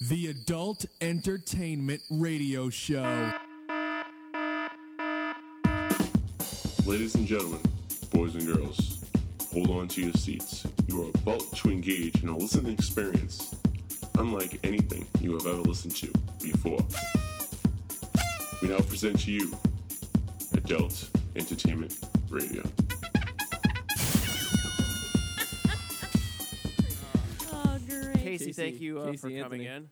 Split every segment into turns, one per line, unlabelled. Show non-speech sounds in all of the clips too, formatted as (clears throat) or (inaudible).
The Adult Entertainment Radio Show.
Ladies and gentlemen, boys and girls, hold on to your seats. You are about to engage in a listening experience unlike anything you have ever listened to before. We now present to you Adult Entertainment Radio.
Oh, great.
Casey,
Casey-
thank you uh,
Casey
for coming
Anthony.
in.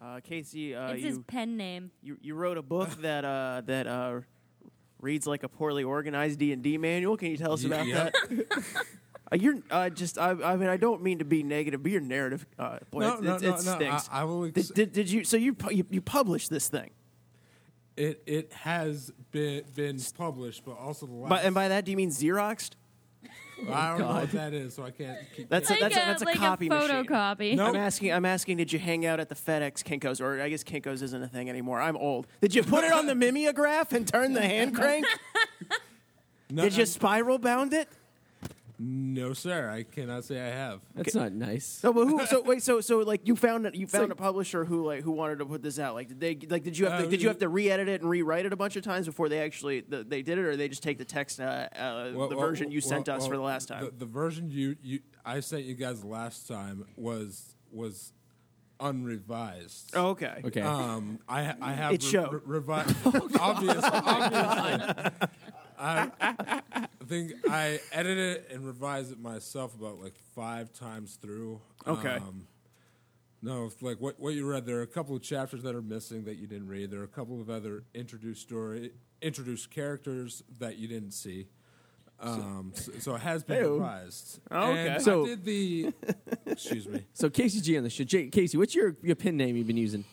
Uh, Casey, uh,
it's his
you,
pen name.
you you wrote a book that uh, that uh, reads like a poorly organized D and D manual. Can you tell us
Ye-
about
yep.
that? uh, you're uh, just I, I mean I don't mean to be negative, but your narrative uh, boy,
No,
it,
no,
it,
no,
it
no,
stinks.
I- I will ex-
did, did, did you so you pu- you, you published this thing?
It it has been been published, but also the last.
By, and by that do you mean xeroxed?
I don't know what that is, so I can't. Keep
That's
Like
a, that's
a,
a, that's a
like
copy
a
machine.
photocopy. (laughs)
No.
I'm asking. I'm asking. Did you hang out at the FedEx Kinkos, or I guess Kinkos isn't a thing anymore. I'm old. Did you put it on the mimeograph and turn the hand crank?
no,
Did you spiral bound it?
No, sir. I cannot say I have.
That's not nice.
So, but who, so wait, so so like you found you found
like-
a publisher who like who wanted to put this out. Like did they like did you have to,
Uh,
did you have to re-edit it and rewrite it a bunch of times before they actually the, they did it, or they just take the text uh, uh,
Well,
the
well,
version you
well,
sent us
well,
for the last time?
The, the version you, you I sent you guys last time was was unrevised.
oh, okay.
Okay.
Um, I I have
It showed. (laughs) Oh,
revised. obviously, obviously. I think I edited it and revised it myself about like five times through.
Okay.
Um, no, it's like what what you read. There are a couple of chapters that are missing that you didn't read. There are a couple of other introduced story, introduced characters that you didn't see. Um, so, so it has been
Ew. Oh,
revised.
Okay.
And
So-
I did the. excuse me.
so Casey G on the show. Jay, Casey, what's your, your pin name you've been using?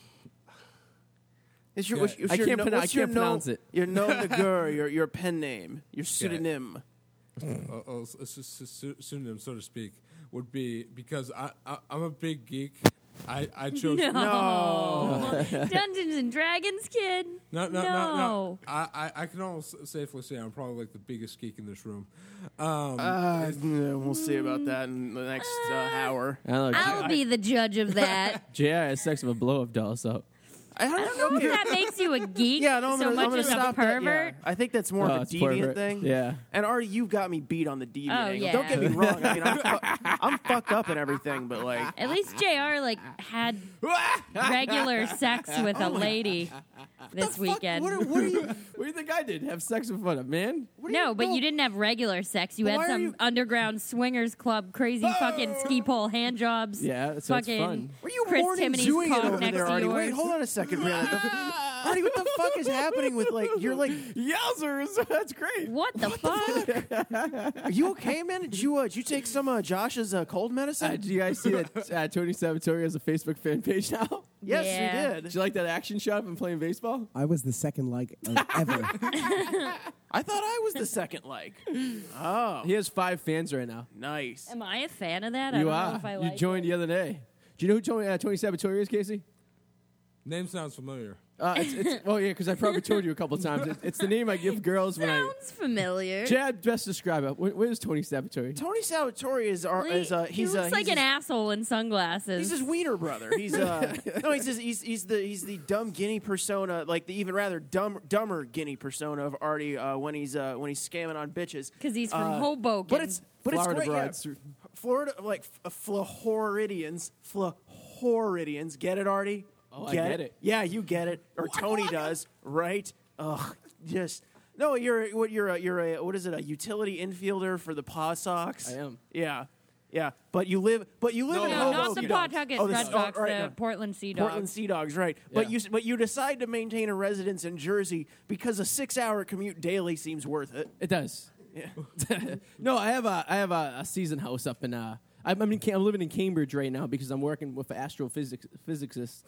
Is your,
Yeah.
what's- is
I
your
can't
no-
pronoun- I
what's your
can't
no-
pronounce it.
Your (laughs) nom de guerre, your your pen name, your pseudonym.
uh, uh, s- s- s- s- pseudonym, so to speak, would be because I, I I'm a big geek. I,
(laughs)
I chose no. No,
(laughs)
Dungeons and Dragons, kid.
no, no, no,
No.
I, I, I can almost safely say I'm probably like the biggest geek in this room. Um,
Uh, yeah, we'll see about that in the next uh, hour.
I don't know.
I'll be the judge of that.
Jay has sex with a blow up doll, so
I (laughs) don't,
I don't know if that makes you a geek
Yeah, no, I'm
so
gonna,
much
I'm gonna
as a
stop
pervert.
That, yeah. I think that's more
Oh,
of a
it's
deviant
pervert.
thing.
Yeah.
And already you've got me beat on the deviant.
Oh,
angle.
yeah.
Don't get me wrong. I mean,
(laughs)
I'm, fu- I'm fucked up and everything, but like,
At least JR like had
(laughs)
regular sex with
Oh
a lady this weekend.
What, do you? What do you think I did? Have sex with what a man?
no, but you didn't have regular sex. You
But why
had
are
some
you-
underground swingers club, crazy fucking ski pole hand jobs.
Yeah, so it's
fucking
fun.
were you
Chris
morning
Timony's
doing it
cock
over
next
there,
to
Artie?
yours.
Wait, hold on a second, Brianna. The f- Artie, what the fuck is happening with like? You're like,
(laughs) Yowzers! (laughs) That's great.
What the fuck?
are you okay, man? Did you uh, did you take some uh, Josh's uh, cold
Uh,
medicine?
do you guys see that uh, Tony Sabatore has a Facebook fan page now? (laughs)
yes,
Yeah.
you
Did
did.
you like that action shot of him playing baseball?
I was the
(laughs)
second like of ever.
I thought I was the second
(laughs)
like. Oh,
He has five fans right now.
nice.
Am I a fan of that? I
you
don't
are.
know if I
you
like
joined
it.
the other day. Do you know who Tony, uh, Tony Sabatore
(laughs)
is, Casey?
Name sounds familiar.
Uh, it's, it's, well, yeah, because I probably told you a couple times. It's, it's the name I give girls when I.
Sounds familiar.
Chad, best describe it. Where, where's Tony Sabatore?
Tony Salvatore is our is uh,
he
he's
looks
uh,
like
he's
an asshole in
He's
sunglasses.
his wiener brother.
(laughs)
He's uh no, he's, his, he's he's the he's the dumb guinea persona, like the even rather dumb dumber guinea persona of Artie uh, when he's uh, when he's scamming on bitches.
Because he's from
Uh,
Hoboken.
But it's but
Florida
it's great. yeah.
broads.
Florida like uh, Floridians, Floridians, get it, Artie?
Oh, I get it.
Yeah, you get it, or Tony does, right? Ugh, just. No, you're what you're a, you're a what is it a utility infielder for the Paw Sox?
I am.
Yeah, yeah, but you live but you
no,
live in
not the
Hoboken.
Pawtucket
Oh, the-
Red
oh,
Sox,
right,
the
no.
Portland Sea Dogs.
Portland Sea Dogs, right? But
Yeah.
you but you decide to maintain a residence in Jersey because a six hour commute daily seems worth it. (laughs)
It does. no, I have a I have a, a season house up in uh I'm, I'm, in, Cam- I'm living in Cambridge right now because I'm working with astrophysics physicists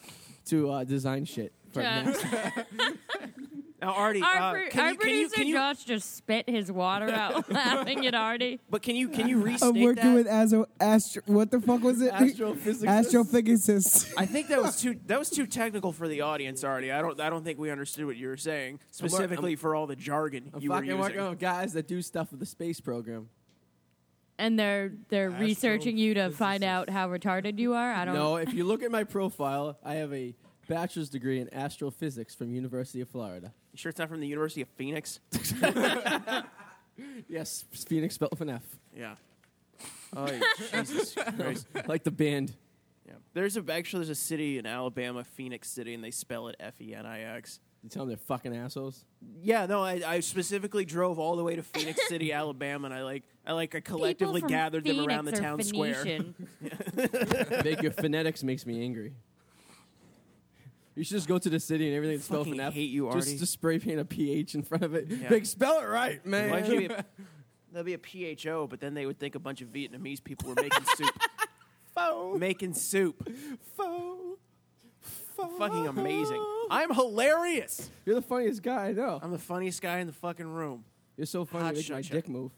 to uh, design shit. For
Yeah.
NASA.
Now, Artie,
(laughs) Our,
uh,
pro- our
can you, can you,
producer
can you,
Josh just spit his
(laughs)
water out laughing at Artie.
but can you can you restate
I'm working
that?
with astro, astro. What the fuck was it?
Astrophysicist.
Astrophysicist.
I think that was too that was too technical for the audience, Artie. I don't I don't think we understood what you were saying specifically for all the jargon
I'm
you were
fucking
using.
working with guys that do stuff with the space program.
and they're they're researching you to find out how retarded you are. I don't
No, if you look at my profile, I have a bachelor's degree in astrophysics from University of Florida.
You sure it's not from the University of Phoenix?
Yes, Phoenix spelled with an F,
yeah. Oh Jesus Christ!
(laughs) like the band.
Yeah. There's a actually there's a city in Alabama, Phoenix City, and they spell it F E N I X.
You tell them they're fucking assholes.
Yeah, no, I, I specifically drove all the way
(laughs)
to Phoenix City, Alabama, and I like I like I collectively
People from
gathered them around the
Phoenix are
town square.
Phoenician.
Make your phonetics makes me angry. You should just go to the city and everything spelled with an
Fucking
F.
hate you, Artie.
just, just spray paint a PH in front of it. Like, spell it right,
(laughs)
man.
Why
(laughs)
should be a, that'd be a PHO, but then they would think a bunch of Vietnamese people were making
(laughs)
soup. Making soup. Fucking amazing. I'm hilarious.
You're the funniest guy I know.
I'm the funniest guy in the fucking room.
You're so funny.
Hot
you make
shot
my
check.
dick move.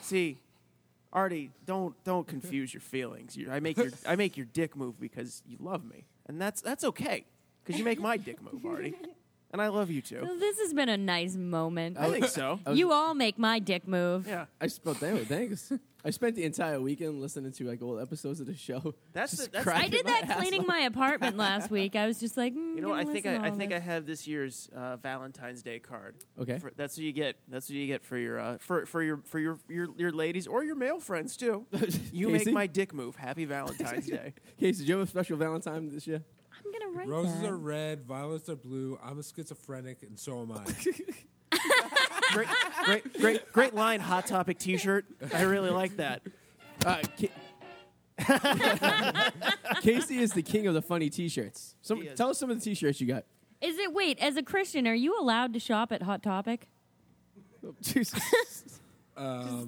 See, Artie, don't don't confuse your feelings. You- I make your I make your dick move because you love me, and that's that's okay because you make my dick move, Artie, and I love you too.
(laughs) Well, this has been a nice moment.
I
(laughs)
think so.
you all make my dick move.
Yeah,
I spelled damn it.
(laughs)
Thanks. I spent the entire weekend listening to like old episodes of the show.
That's
(laughs) just
the- that's the-
I
(laughs)
cracking
did
my
that
ass
cleaning
off.
my apartment last week. I was just like, mm,
you know what? I
gonna
think
listen
I,
to
I
all
think I
this.
have this year's uh, Valentine's Day card.
Okay.
For- that's what you get. That's what you get for your uh, for for your for your, your your ladies or your male friends (laughs) too. You make
Casey?
my dick move. Happy Valentine's Day.
Casey, did you have a special Valentine this year?
I'm gonna write
Roses
that.
are red, violets are blue. I'm a schizophrenic, and so
(laughs)
am I.
Great, (laughs) great, great, great line. Hot topic T-shirt. I really like that.
Uh, Ca- (laughs) Casey is the king of the funny T-shirts. Some,
He is.
tell us some of the T-shirts you got.
Is it wait? As a Christian, are you allowed to shop at Hot Topic?
Oh, (laughs)
Jesus.
I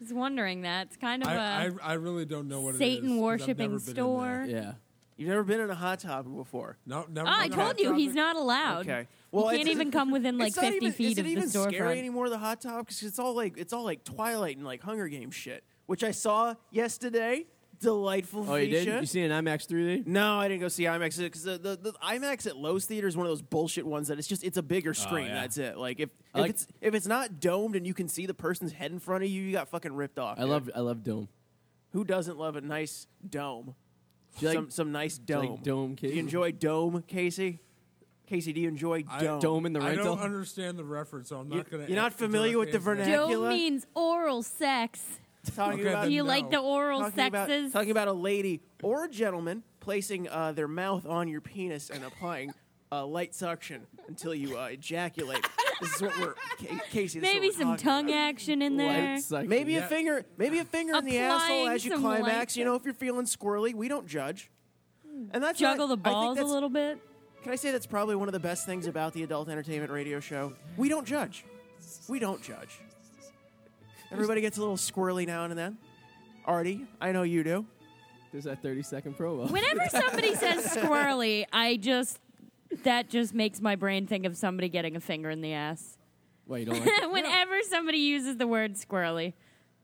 was wondering that. It's kind of a
I, I, I really don't know what it is. 'cause I've
Satan
never been
worshiping
in
store.
there.
yeah.
You've never been in a hot topic before.
No, never.
Oh, I
been in a
told you
Hot
he's
Topic.
not allowed.
Okay.
Well,
Well,
he can't
it's-
even come within like
(laughs) It's not
50
even-
feet of
is it
the
even scary
storefront.
anymore? The hot topic because it's all like it's all like Twilight and like Hunger Games shit, which I saw yesterday. Delightful
Oh, you
feature.
did? You seen an IMAX 3D?
no, I didn't go see IMAX because the, the, the IMAX at Lowe's Theater is one of those bullshit ones that it's just it's a bigger screen.
Oh, yeah.
That's it. Like if,
I
if
like-
it's if it's not domed and you can see the person's head in front of you, you got fucking ripped off.
I
dude.
love I love Dome.
who doesn't love a nice dome.
Do you like-
some some nice
you
dome.
like dome,
Do
Casey?
you enjoy dome, Casey? Casey, do you enjoy
I-
dome?
Dome in the
I
rental.
don't understand the reference, so I'm
You-
not going to.
you're not familiar with the vernac-
Joe
Dracula?
means oral sex.
(laughs)
Talking
Okay,
about
Do you
No.
like the oral
talking about
sexes?
talking about a lady or a gentleman placing uh, their mouth on your penis and applying uh, light suction until you uh, ejaculate. this is what we're Ca- Casey. This is
Maybe
what we're
some
talking
tongue
about.
(laughs) action in there.
Lights, (laughs) like-
Maybe
Yeah.
a finger, maybe a finger in the
Applying
asshole as you
some
climax.
light
You know, if you're feeling squirrely, we don't judge. And that's
Juggle
why
the
I think
balls a
that's-
little bit.
Can I say that's probably one of the best things about the adult entertainment radio show? We don't judge. We don't judge. Everybody gets a little squirrely now and then. Artie, I know you do.
There's that 30 second promo.
Whenever somebody
(laughs)
says squirrely, I just that just makes my brain think of somebody getting a finger in the ass. (laughs)
Wait, you (laughs) don't like it?
Whenever somebody uses the word squirrely,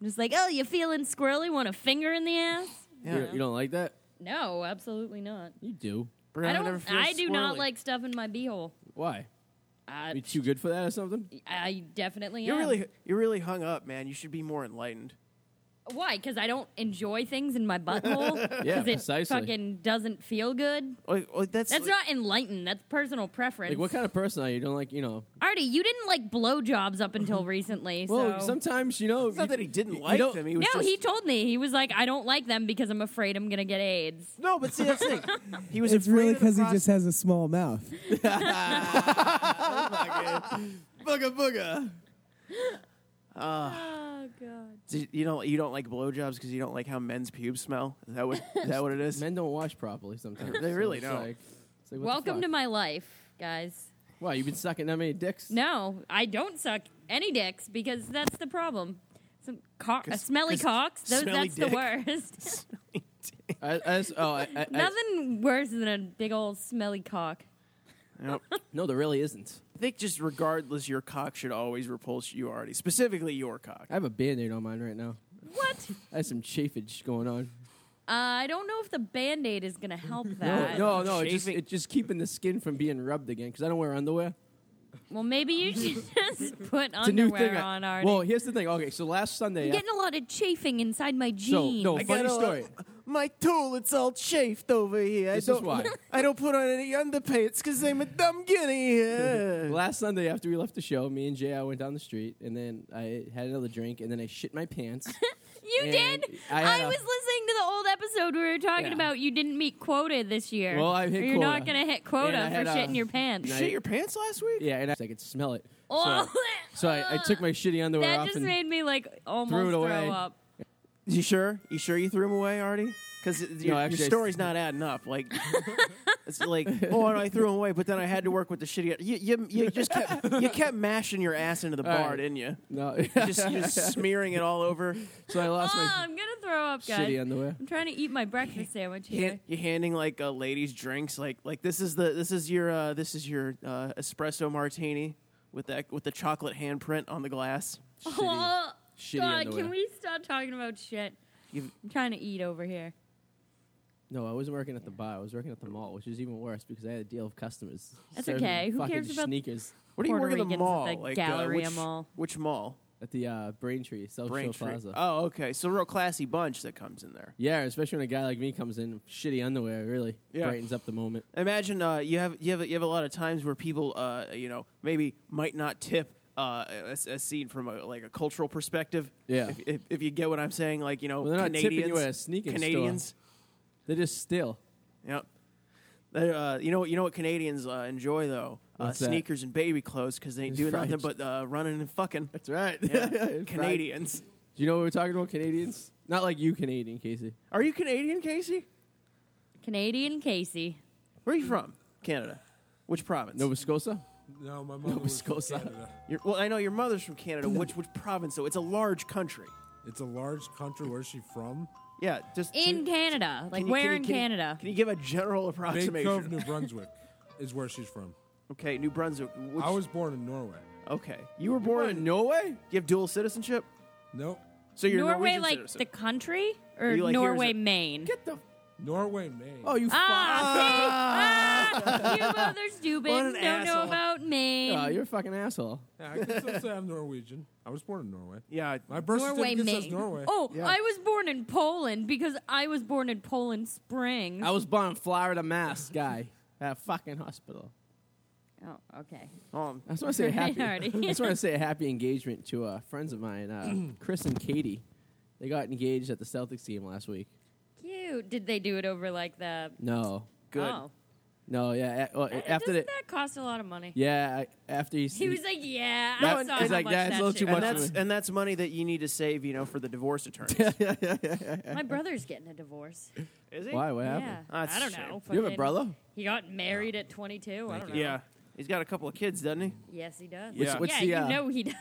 I'm just like, oh, you feeling squirrely? Want a finger in the ass?
You- you don't like that?
No, absolutely not.
You do.
Brianna
I don't.
never feels
I do not
squirrely.
like stuff in my beehole.
Why?
I,
You too good for that or something?
I definitely
You're
am.
really, you're really hung up, man. You should be more enlightened.
Why? Because I don't enjoy things in my butthole.
(laughs) Yeah,
Because it
precisely.
fucking doesn't feel good.
Like, like, that's
That's not enlightened. That's personal preference.
Like, what kind of person are you? Don't like, you know.
Artie, you didn't like blowjobs up until recently.
Well,
so.
sometimes, you know.
it's not
you-
that he didn't
you
like
don't-
them. He was
no,
just,
he told me he was like, I don't like them because I'm afraid I'm gonna get AIDS.
(laughs) no, but see
(laughs)
that's the thing. He was
(laughs) It's
afraid
really
of the
because he
prospect-
just has a small mouth. (laughs)
Booga booga.
Oh god.
So you don't you don't like blowjobs because you don't like how men's pubes smell. Is that what is that what it (laughs) is?
Men don't wash properly sometimes.
They really
it's
don't.
Like, it's like, what the
Welcome to
fuck?
my life, guys.
Wow, you've been sucking that many dicks?
No, I don't suck any dicks because that's the problem. Some cock, uh, smelly cocks. Those,
smelly
that's
dick.
the worst.
I, I just- oh, I, (laughs) I, I,
Nothing worse than a big old smelly cock. (laughs)
Yep.
no, there really isn't.
I think just regardless, your cock should always repulse you already. Specifically, your cock.
I have a band aid on mine right now.
What?
I have some chafage going on.
Uh, I don't know if the band aid is gonna help
(laughs) No,
that.
no, no. It's just,
Chafing-
it's just keeping the skin from being rubbed again because I don't wear underwear.
Well, maybe you
(laughs)
should just put
It's a new
underwear
thing. I-
on, Artie.
well, here's the thing. Okay, so last Sunday,
I'm
I-
getting a lot of chafing inside my
so
jeans.
no funny
gotta-
story.
(laughs) My tool, it's all chafed over here.
This
I
is
don't,
why.
(laughs) I don't put on any underpants because I'm a dumb (laughs) guinea. Uh,
Last Sunday after we left the show, me and Jay, I went down the street, and then I had another drink, and then I shit
(laughs)
my pants.
you
and
did. I,
I had a-
was listening to the old episode where we were talking
Yeah.
about you didn't meet quota this year.
Well, I hit
You're not
quota.
going to hit
And
quota
I had
for
a-
shit in your pants.
and I-
(laughs)
shit your pants last week?
yeah, and I, I could smell it.
oh,
So, so I, I took my shitty underwear
that
off
just
and
made me like almost
threw it away.
throw up.
You sure? You sure you threw them away, Artie? Because your,
actually, I
your
s-
story's not adding up. (laughs) Like, it's (laughs) like, oh, and I threw them away, but then I had to work with the shitty. You, you, you just kept you kept mashing your ass into the bar,
right.
didn't (laughs) you?
no. (laughs)
Just, you're just smearing it all over.
so I lost
Oh,
my
I'm going to throw up, guys.
shitty underwear.
I'm trying to eat my breakfast sandwich
Hand-
here.
you're handing like uh, ladies drinks, like like this is the this is your uh, this is your uh, espresso martini with that with the chocolate handprint on the glass.
Shitty,
Oh,
shitty
God,
underwear.
can we stop talking about shit?
You've-
I'm trying to eat over here.
No, I wasn't working at the bar. I was working at the mall, which is even worse because I had to deal with customers.
That's
serving
okay. Who
fucking
cares about-
sneakers
What do you
Puerto
work at the
Ricans at
mall?
the
like
Galleria
uh, which,
Mall.
Which mall?
at the uh, Braintree South Shore
Braintree.
Plaza?
Oh, okay. So real classy bunch that comes in there.
Yeah, especially when a guy like me comes in shitty underwear, it really
Yeah.
brightens up the moment.
Imagine uh, you have you have you have a lot of times where people uh, you know maybe might not tip uh, as, as seen from a, like a cultural perspective.
Yeah.
If, if, if you get what I'm saying, like you know
Well, they're not tipping
Canadians,
you at a sneaking store.
Canadians.
They just steal.
Yep. They, uh, you know what? You know what Canadians uh, enjoy though? Uh,
What's that?
sneakers and baby clothes because they ain't doing
fries.
nothing but uh, running and fucking.
That's (laughs) right. Do
Canadians.
you know what we're talking about, Canadians? Not like you, Canadian, Casey.
Are you Canadian, Casey?
Canadian Casey.
Where are you from? Canada. Which province?
Nova Scotia?
(laughs)
No, my mom was from
Scotia.
Canada.
Your- well, I know your mother's from Canada. Which which province though? It's a large country.
It's a large country. Where's she from?
Yeah, just
In Canada. Like,
can you-
where
can you-
in
can you-
Canada?
Can you give a general
Big
approximation?
Cove, New Brunswick, is where she's from.
okay, New Brunswick. Which,
I was born in Norway.
okay. You were born in.
Norway?
You have dual citizenship,
Nope.
so you're a
Norway,
Norwegian
like
citizen.
the country? Or
Are you, like,
Norway,
here's a-
Maine?
Get the.
Norway, Maine.
Oh, you.
Ah, (laughs) see? Ah, you mother stupid
What an
don't know
asshole.
about Maine.
fuck- Oh, you're a fucking asshole.
Yeah, I can still say I'm Norwegian. I was born in Norway.
yeah,
My birth
Norway,
certificate
Maine.
says Norway.
Oh, I was born in Poland because I was born in Poland Springs.
I was born in Florida, Mass, guy. At a fucking hospital.
oh, okay.
um,
I just want
(laughs)
to say a happy.
Already.
(laughs) I just want to
(laughs)
say a happy engagement to uh, friends of
(clears throat)
mine, uh, Chris and Katie. They got engaged at the Celtics game last week.
Cute. Did they do it over like the?
No,
good.
Oh.
no, yeah. a- well, after
Doesn't
the,
that cost a lot of money?
yeah, I- after he,
(laughs) He was like, "Yeah,
No,
I
and
saw
it's
how
like,
much
that's
that
a little
shit
too
was."
and
much for
that's
me.
and that's money that you need to save, you know, for the divorce (laughs) attorneys.
My brother's getting a divorce.
Is he?
why? What
yeah,
happened?
That's
I don't
a shame.
know.
You have a
Fucking-
brother?
He got married at 22. I don't know.
Yeah, he's got a couple of kids, doesn't he?
Yes, he does.
What's-
yeah,
what's
you
the, uh,
know he does.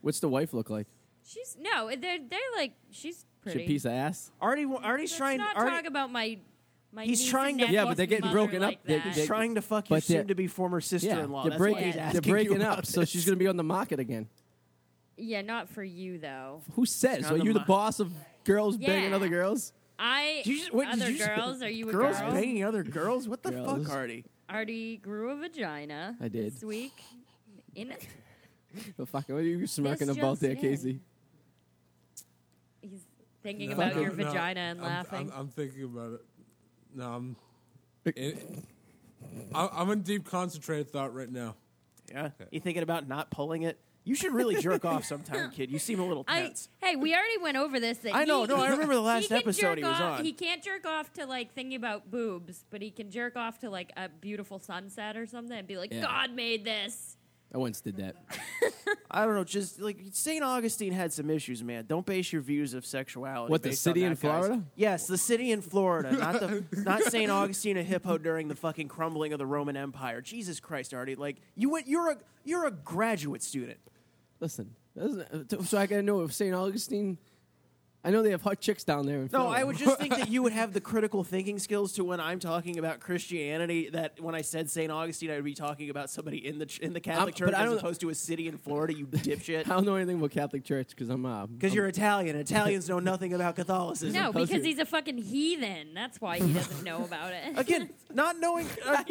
What's the wife look like?
(laughs) She's no, they're they're like she's
She
pretty.
a piece of ass.
Artie, wa- Artie's
Let's
trying.
not
Artie,
talk about my my.
He's
niece
trying
and
to-
Yeah, but they're
nephew's
getting
mother
broken up.
like
They-
that.
they-
trying to fuck your
But they're-
soon-to-be former sister-in-law.
they're
That's why
breaking.
he's
They're
asking
breaking
you
up,
about
so
this.
she's gonna be on the market again.
yeah, not for you though.
Who says?
On
Are
the
you the
mar-
boss of girls banging
Yeah.
other girls?
I
Did you just- what, did
other
you just-
girls. Are you a
girls
girl?
banging other girls? What the
Girls.
fuck, Artie?
Already grew a vagina.
I did.
this week. In
But fuck, what are you smirking
This
about
just
there,
in.
Casey?
he's thinking
No,
about
(laughs) no,
your
no.
vagina and
I'm-
laughing.
I'm, I'm thinking about it. No, I'm. It, I- I'm in deep concentrated thought right now.
Yeah, you thinking about not pulling it? You should really jerk off sometime, kid. You seem a little
I,
tense.
hey, we already went over this. That
I know,
he-
no,
(laughs)
I
he-
remember the last
can
episode
jerk
he was
off-
on.
He can't jerk off to like thinking about boobs, but he can jerk off to like a beautiful sunset or something and be like,
Yeah.
"God made this."
I once did that.
I, don't know. Just like St. Augustine had some issues, man. Don't base your views of sexuality.
What, the
based on
city
that
in
guy's-
Florida?
Yes, the city in Florida, not
(laughs)
the not St. Augustine a hippo during the fucking crumbling of the Roman Empire. Jesus Christ, Artie! Like you went, you're a you're a graduate student.
uh, Listen, doesn't- so I gotta know if St. Augustine I know they have hot chicks down there. In
No,
Florida.
I would just think that you
(laughs)
would have the critical thinking skills to when I'm talking about Christianity. That when I said Saint Augustine, I would be talking about somebody in the ch- in the Catholic
but
Church
I
as
don't-
opposed to a city in Florida.
(laughs)
You dipshit.
I don't know anything about Catholic Church because I'm uh,
Because you're Italian. Italians know nothing about Catholicism.
No,
How's
because
your-
he's a fucking heathen. That's why he doesn't know about it.
(laughs) Again, not knowing.
(laughs)
uh,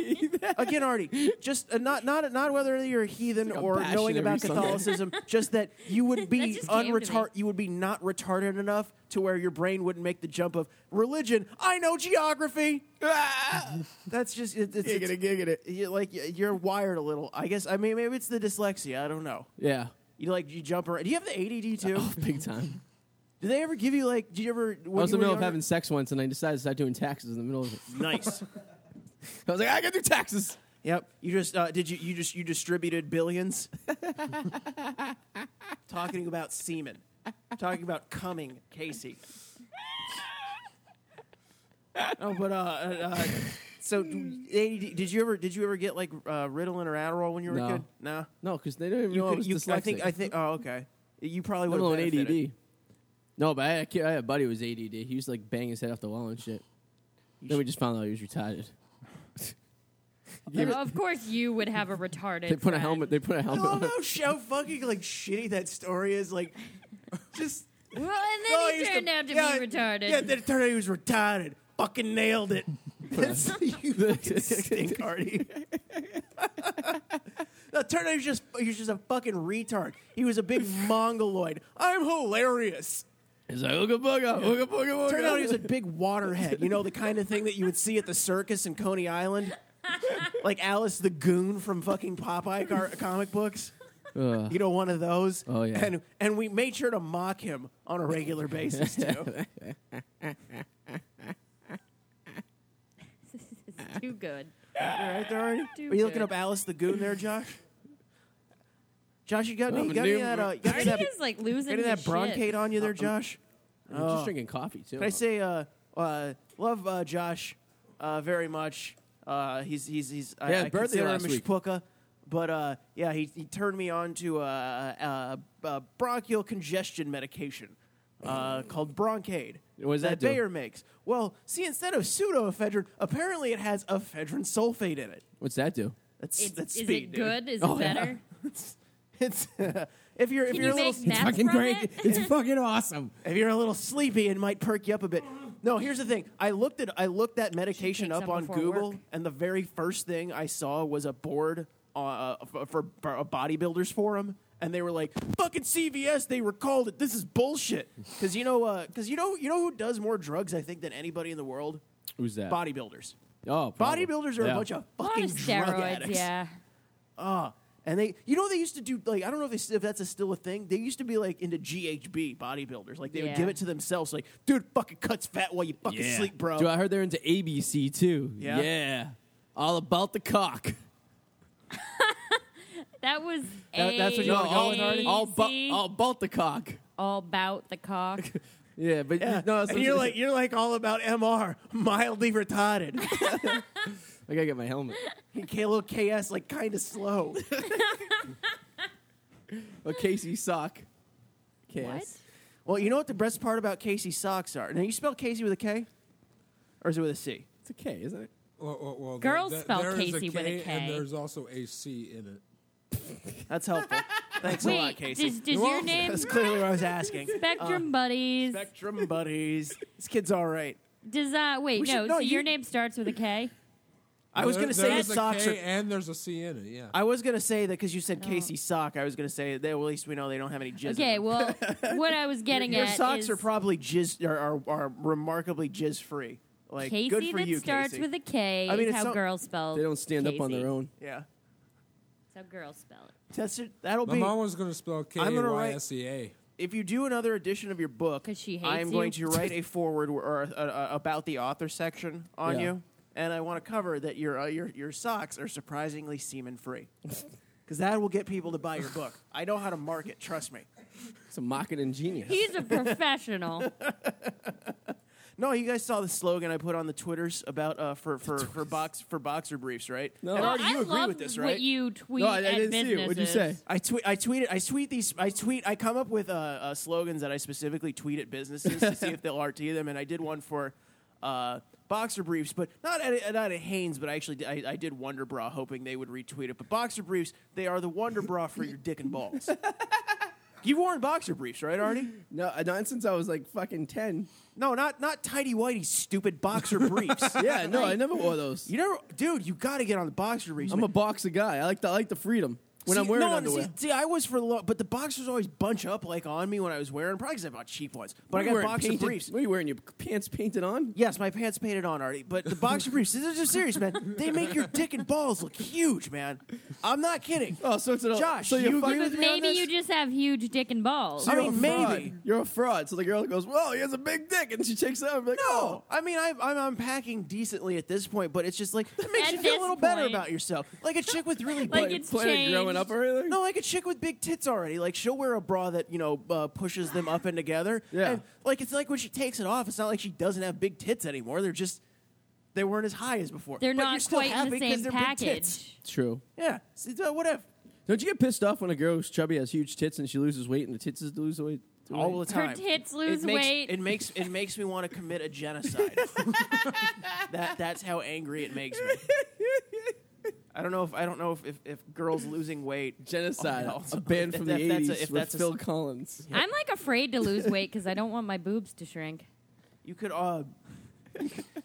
again, Artie, just uh, not not not whether you're a heathen
like a
or
bashing
knowing
every
about
Sunday.
Catholicism. just that you would be
just came to me.
unretard. You would be not retarded enough to where your brain wouldn't make the jump of religion. I know
(laughs)
geography. Ah! That's just it, it's, it's, you like y- you're wired a little. I guess. I mean, maybe it's the dyslexia. I don't know.
yeah, (laughs)
You like you jump around. Do you have the ADD too?
big time.
Do they ever give you like? Do you ever? When
Oh, I was
you
in the
were
middle of
younger-
having sex once, and I decided to start doing taxes in the middle of it.
nice.
I was like, I gotta do taxes.
Yep. You just uh, did you you just you distributed billions. Talking about semen. Talking about coming, Casey. oh, but uh, uh, uh, so ADD, did you ever did you ever get like uh, Ritalin or Adderall when you were
No.
a kid? No.
No, because they don't even know I was
you,
dyslexic.
I think I think. Oh, okay. You probably
let alone
would have
ADD. No, but I, had a kid- I had a buddy who was ADD. He used to like bang his head off the wall and shit. then we just found out he was retarded.
Well, (laughs) of course, you would have a retarded.
They put a
friend.
helmet. They put a
I
helmet.
love
on.
how, sh- how fucking like shitty that story is. Like, just
Well, and then
Oh,
he
used
turned out to
yeah,
be retarded.
Yeah, then it turned out he was retarded. Fucking nailed
(laughs)
it. That's (laughs) you fucking stink, Artie. (laughs) no, turned out he was just he was just a fucking retard. He was a big mongoloid. I'm hilarious.
He's like, ooga booga, ooga booga booga.
Turned out he was a big waterhead. You know the kind of thing that you would see at the circus in Coney Island, like Alice the Goon from fucking Popeye car- comic books. You know, one of those.
Oh, yeah.
And and we made sure to mock him on a regular basis too.
It's too good.
(laughs) All right, there, Arnie?
Too
Are you looking
good. (laughs)
up Alice the Goon there, Josh? Josh, you got any?
I'm
You
a
got any
new-
that? Uh, you got any
Artie
that,
is like losing
got
his
any that
shit.
bronchate on you there, Josh?
I'm just drinking coffee too.
Oh. Can I say, uh, uh, love uh, Josh uh, very much. Uh, he's he's he's. I,
Yeah,
I
birthday
consider
last
him a
week.
shpuka, but uh, yeah, he he turned me on to uh, uh, uh, bronchial congestion medication. Uh, called Broncaid.
What does that do?
Bayer makes. Well, see, instead of pseudoephedrine, apparently it has ephedrine sulfate in it.
What's that do?
That's
It's,
that's
is
speed,
it
dude.
good? Is
Oh,
it
yeah.
better?
(laughs) It's (laughs) if you're if
Can
you're
you
a little
make meth
Fucking
from
great.
(laughs)
it?
It's fucking awesome.
if you're a little sleepy, it might perk you up a bit. No, here's the thing. I looked at I looked that medication
take
up
some
on
before
Google,
work.
and the very first thing I saw was a board uh, for, for a bodybuilders forum, and they were like, "Fucking CVS, they recalled it. This is bullshit." Because you know, because you know, you know who does more drugs, I think, than anybody in the world?
Who's that?
Bodybuilders.
Oh, probably.
Bodybuilders are
Yeah.
a bunch of
A lot
fucking
of
drug
steroids,
addicts.
yeah.
And they, you know, they used to do like I don't know if, they, st- if that's a still a thing. They used to be like into GHB bodybuilders. Like they would
Yeah.
give it to themselves. Like, dude, fucking cuts fat while you fucking
Yeah.
sleep, bro.
Dude, I heard they're into ABC too.
Yeah?
all about the cock.
That was
That- that's what you wanna go with, Artie?
A-
all, bu-
C,
all about the cock.
all about the
(laughs)
cock.
Yeah, but no, that's
and
what-
you're like, you're like all about MR, mildly retarded. (laughs)
I gotta get my helmet.
Kalo KS, like kind of slow.
Oh, Casey sock. Cass.
What?
well, you know what the best part about Casey socks are? Now you spell Casey with a K, or is it with a C?
It's a K, isn't it?
Well, well, well,
Girls
there,
spell
there is
Casey
a K
with a
And
K.
there's also a C in it.
That's helpful. Thanks
Wait,
a lot, Casey.
does, does your name
That's Uh, clearly what I was asking.
Spectrum Buddies?
Spectrum buddies, this kid's all right.
Does uh wait
We should-
no?
no,
so your
you-
name starts with a
(laughs)
K.
I was
There-
going to say
there's
his
a
socks
K
are
and there's a C in it. Yeah.
I was gonna say that because you said Casey sock. I was gonna say that. Well, at least we know they don't have any jizz. in
Oh. Okay, well,
them. (laughs)
what I was getting
your
at
socks
is
are probably jizz are, are, are remarkably jizz free. Like
Casey
good for
that
you,
starts
Casey.
with a K.
I mean,
is
it's
how
some-
girls spell.
They don't stand up on
Casey.
their own.
yeah.
That's how girls spell it.
That's it. That'll
My
be
mom was going to spell K
I'm gonna
Y
write-
S E A.
if you do another edition of your book.
'Cause she
I
hates
am going
you. (laughs)
to write a forward or a, a, a, about the author section on
Yeah.
you, and I want to cover that your uh, your your socks are surprisingly semen
(laughs)
free. Because that will get people to buy your book. I know how to market. Trust me. (laughs)
It's a marketing genius.
He's a professional.
No, you guys saw the slogan I put on the twitters about uh, for for for box for boxer briefs, right? No, and
Well,
already
I
you agree
love
with this,
What
right?
you tweet
No, I, I
at
didn't see it. What'd you say?
businesses.
I tweet. I tweeted. I tweet these. I tweet. I come up with uh, uh, slogans that I specifically tweet at businesses to
(laughs)
see if they'll RT them. And I did one for uh, boxer briefs, but not at, at- not at Haynes. But I actually, did, I, I did Wonder Bra, hoping they would retweet it. But boxer briefs, they are the Wonder Bra for your dick and balls. You've worn boxer briefs, right, Artie?
No, I- not since I was like fucking ten.
No, not not tidy whitey, stupid
(laughs)
boxer briefs.
Yeah, (laughs) no, I never wore those.
You never, dude. You got to get on the boxer briefs.
I'm a boxer guy. I like the I like the freedom when I'm wearing
no,
underwear.
See, see, I was for low, but the boxers always bunch up like on me when I was wearing. Probably because I bought cheap ones, but
What are you
I got
wearing,
boxer
painted-
briefs.
What are you wearing? Your pants painted on?
Yes, my pants painted on already, but the boxer briefs. This is just serious, man. They make your dick and balls look huge, man. I'm not kidding.
Oh, so it's an
Josh,
So you're
you agree
fucking-
with me on
Maybe
this?
you just have huge dick and balls.
I
You're a
mean, maybe.
fraud. you're a fraud. So the girl goes, "Whoa, he has a big dick," and she takes it out and be like, "Oh,
No, I mean I'm, I'm unpacking decently at this point, but it's just like it makes
At
you feel a
this
little better
point.
about yourself. Like a chick with really
Like
big,
it's
"Oh, planning growing
changed.
up or anything?"
No, like a chick with big tits already. Like she'll wear a bra that you know uh, pushes them up and together.
Yeah.
And, like it's like when she takes it off, it's not like she doesn't have big tits anymore. They're just they weren't as high as before.
They're
but
not
you're still
quite in
happy
the
'cause
same
they're big tits.
package.
True.
Yeah. See, uh, whatever.
Don't you get pissed off when a girl who's chubby has huge tits and she loses weight and the tits is to lose weight?
All the time.
Her tits lose
it makes,
weight.
It makes it makes me want to commit a genocide. (laughs) that that's how angry it
(laughs)
makes me. I don't know if I don't know if, if, if girls losing weight
(laughs) Genocide,
Oh, no.
a band
If
from
that-
the
that's a-
80s
if
with
that's a-
Phil Collins.
I'm like afraid to lose weight because I don't want my boobs to shrink.
You could uh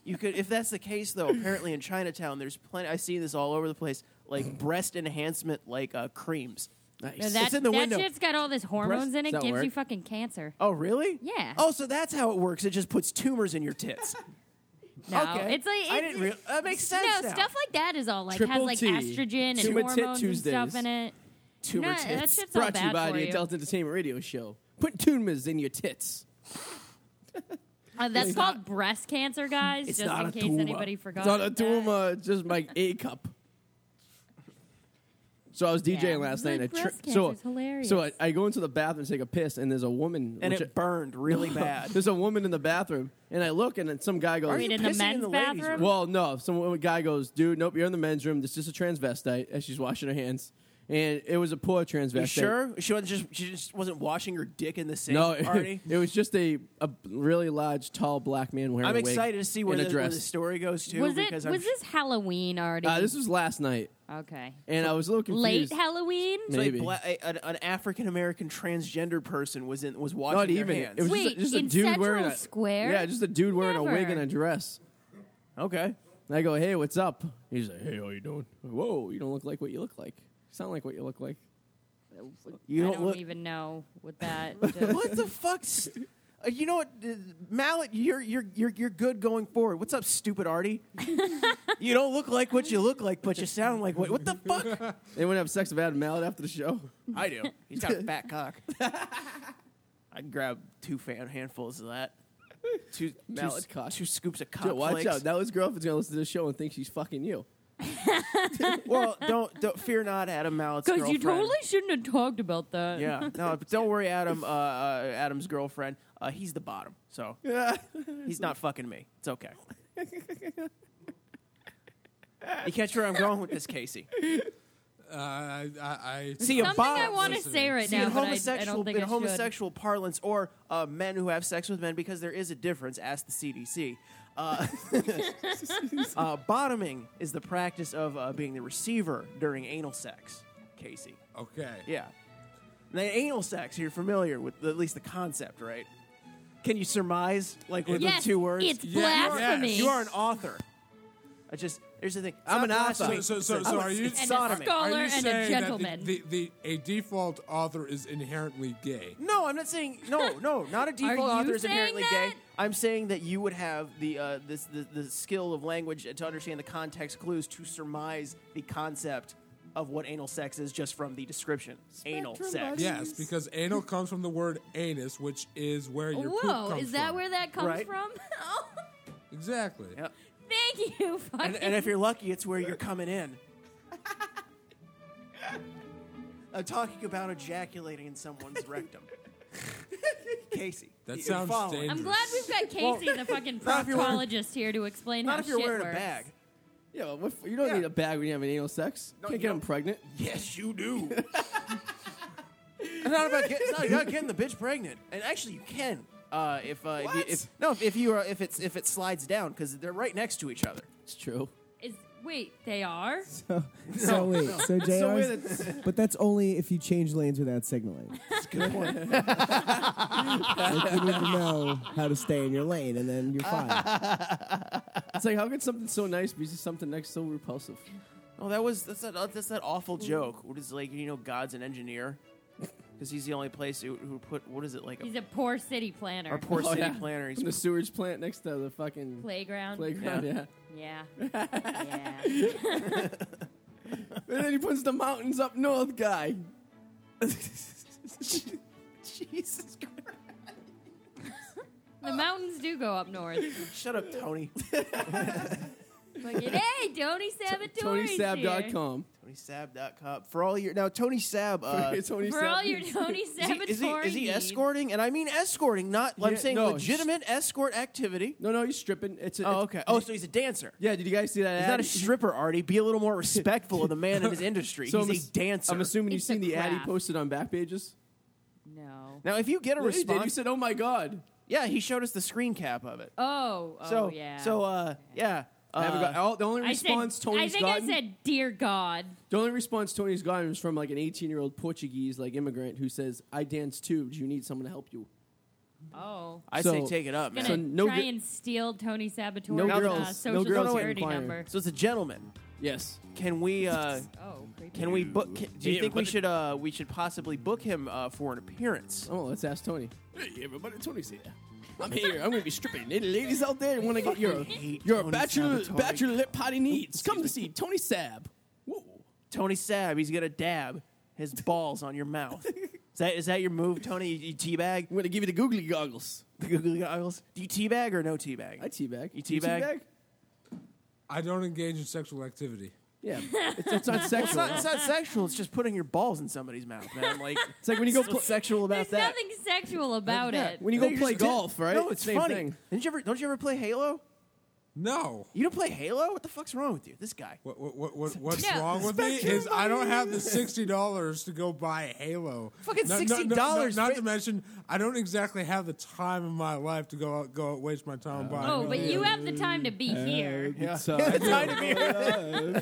you could if that's the case though, apparently in Chinatown there's plenty I see this all over the place, like breast enhancement like uh creams.
Now
Nice.
That,
(laughs) It's in the
that
window.
shit's got all this hormones in it.
Does that
Gives you
work?
fucking cancer.
Oh really?
Yeah.
Oh, so that's how it works. It just puts tumors in your tits.
(laughs) No,
okay.
it's like
I
it-
didn't real that makes sense.
No,
now.
stuff like that is all like has
Triple
like
T.
estrogen and
Tumor Tit
hormones and stuff
Tuesdays.
in it.
tumor
no,
tits.
that shit's all
Brought to
bad
you by
for
the
you.
Adult Entertainment Radio Show. Put tumors in your tits.
Uh, that's called breast cancer, guys.
It's
just
not
in
a
case
tumor.
anybody forgot.
It's not a
about
tumor, uh, just my (laughs) A cup. So I was DJing
Yeah.
last night. and I
Breast
tri- so
cancer's hilarious.
so I, I go into the bathroom to take a piss, and there's a woman.
and
which
it burned
(laughs)
really
I-
bad.
there's a woman in the bathroom, and I look, and then some guy goes.
that. I mean, in
Pissing
the
in
men's
the ladies'
bathroom.
Well, no. Some guy goes, dude, nope, you're in the men's room. This is a transvestite as she's washing her hands, and it was a poor transvestite.
You sure? She wasn't just she just wasn't washing her dick in the sink,
No,
Artie.
(laughs) it, was just a, a really large, tall black man wearing.
I'm
a wig
excited to see where
and
the,
a
where
dress.
the story goes to
was it
because
was
I'm
this Halloween already?
Uh, this was last night,
okay.
and I was a little
Late
confused.
Halloween.
So a
Maybe.
bla- a- an, an African American transgender person was in was washing
Not
their
even.
hands.
It was
Wait,
just a, just a
in
dude
Central
wearing a
Square?
Yeah, just a dude wearing a wig
Never.
and a dress.
okay.
And I go, hey, what's up? He's like, hey, how you doing? I go, Whoa, you don't look like what you look like. You sound like what you look like.
You
I
don't,
don't
look.
even know what that.
(laughs) What the fuck? Uh, you know what, uh, Mallet? You're you're you're you're good going forward. What's up,
(laughs)
stupid Artie? you don't look like what you look like, but you sound like what? What the fuck?
Anyone have sex with Adam Mallet after the show?
I do. He's got a fat cock. I'd grab two fan handfuls of that. Two
Mallet
two,
cock.
Two scoops of cock.
Dude, watch
flakes.
out. Now his girlfriend's going to listen to this show and think she's fucking you.
well, don't don't fear not, Adam Mallet's
Because you
girlfriend.
totally shouldn't have talked about that.
(laughs) Yeah. No, but don't worry, Adam. Uh, uh, Adam's girlfriend. Uh, he's the bottom, so he's not fucking me. It's okay. You catch where I'm going with this, Casey?
Uh, I, I, I
See,
Something
a
I
bottom.
want to
Listen.
say right
See,
now,
in
but I- I,
homosexual,
don't think
in
I should.
homosexual parlance, or uh, men who have sex with men, because there is a difference. Ask the CDC. Uh, (laughs) uh, bottoming is the practice of uh, being the receiver during anal sex, Casey.
okay.
Yeah. Now, anal sex, you're familiar with at least the concept, right? Can you surmise, like, with
Yes,
the two words?
it's
Yeah,
blasphemy.
yes.
You are an author. I just, here's the thing. It's
I'm
not
an author.
blasphemy.
So, so, so,
It's-
so
it's-
are you?
it's
And a
sodomy.
skull.
Are
scholar
you
and a
saying
gentleman.
That the, the, the, a default author is inherently gay.
No, I'm not saying no, no,
(laughs)
not a default
you
author is
saying
apparently
that?
gay. I'm saying that you would have the uh, this the, the skill of language to understand the context clues to surmise the concept of what anal sex is just from the description. anal
Spectrum
sex.
of-
Yes, because anal comes from the word anus, which is where your poop
Whoa,
comes
is that
from.
where that comes
Right.
from? (laughs) Oh,
Exactly.
Yep.
thank you. Fucking.
and, and if you're lucky, it's where you're coming (laughs) in. (laughs) I'm talking about ejaculating in someone's rectum. Casey.
That
you-
sounds
follow him.
dangerous.
I'm glad we've
(laughs)
got Casey, the fucking
not if you're wearing-
proctologist, here to explain
Not
how
if you're
shit
wearing
works.
a bag.
Yeah, well, what, f- you don't
Yeah.
need a bag when you have an anal sex.
No,
Can't
you
get them
don't.
pregnant.
Yes, you (laughs) do. It's not about
(laughs)
get, no, you're not getting the bitch pregnant. And actually, you can uh, if, uh, if, you, if no if, if you are if it's if it slides down because they're right next to each other.
It's true.
Is wait, they are?
So wait, so
weird
JR's, (laughs) but that's only if you change lanes without signaling.
Good point.
(laughs) Like, you need to know how to stay in your lane,
(laughs)
and then you're fine.
It's like how could something so nice be just something next so repulsive?
Oh, that was that's that that's that awful joke. What is like you know God's an engineer because he's the only place who, who put what is it like a,
He's a poor city planner.
our poor
Oh,
city
yeah.
planner. He's
From the sewage plant next to the fucking
(laughs) playground.
playground.
Yeah.
Yeah.
yeah.
(laughs)
yeah.
and then he puts the mountains up north guy.
Jesus Christ!
The mountains do go up north.
Shut up,
(laughs)
Tony. (laughs)
Fucking, hey, Tony Salvatore.
TonySab.com.
TonySab.com for all your now Tony Sab.
(laughs)
Uh, is,
Tony
For all your Tony
he,
Salvatore.
(laughs) is he is he
needs.
escorting? And I mean escorting, not I'm
Yeah,
saying
no,
legitimate escort activity.
No, no, he's stripping. It's a,
Oh,
it's-
okay. Oh, so he's a dancer.
yeah. Did you guys see that?
He's
ad?
not a stripper, Artie. Be a little more respectful of the man
(laughs)
in his industry.
So I'm
he's
ass-
a dancer.
I'm assuming you've
It's a
seen the ad he
craft.
posted on Backpages.
No.
now, if you get a
Yeah, he did. He
response,
said, "Oh my god."
yeah, he showed us the screen cap of it.
Oh, oh
so
yeah.
so uh yeah
I haven't
uh,
got, all- the only
I said,
response
I
Tony's
think
gotten.
I said, "Dear God."
the only response Tony's gotten is from like an 18 year old Portuguese like immigrant who says, "I dance too. Do you need someone to help you?"
Oh.
I
so-
say take it up, man.
Gonna
So no
try
gir-
and steal Tony Sabatore's
No
uh,
girls- no
social
girls
security
inquiring.
number.
So it's a gentleman.
Yes.
Can we uh
Oh, creepy.
can we book can, do you
Yeah,
think we
but-
should uh we should possibly book him uh for an appearance?
Oh, let's ask Tony. Hey, everybody, Tony's here. I'm here. I'm gonna be stripping. Any ladies out there want to get your
hate
your
Tony
bachelor
Salvatore.
bachelorette party needs? Come to see Tony Sab. Whoa.
Tony Sab, he's gonna dab his balls on your
(laughs)
mouth. Is that is that your move, Tony? You, you teabag?
I'm gonna give you the googly goggles.
The googly goggles? Do you teabag or no
I
teabag?
teabag.
You teabag?
I don't engage in sexual activity.
Yeah, it's, it's not sexual.
It's not, it's not sexual. It's just putting your balls in somebody's mouth, man. Like
(laughs) It's like when you go
what's
pl-
sexual
There's
about that.
nothing sexual about it.
when you go
You're
play
just dead.
golf, right?
No, it's
Same
funny.
thing.
Didn't you ever? Don't you ever play Halo?
No.
You don't play Halo? What the fuck's wrong with you? This guy.
What, what, what, what, what's
No.
wrong with me is I don't have the sixty dollars to go buy Halo.
Fucking
No- no-
$60
No, no, not
for-
to mention, I don't exactly have the time in my life to go out, go out, waste my time buying.
Oh,
new
but
games.
you have the time to be here.
Yeah.
Tied to me.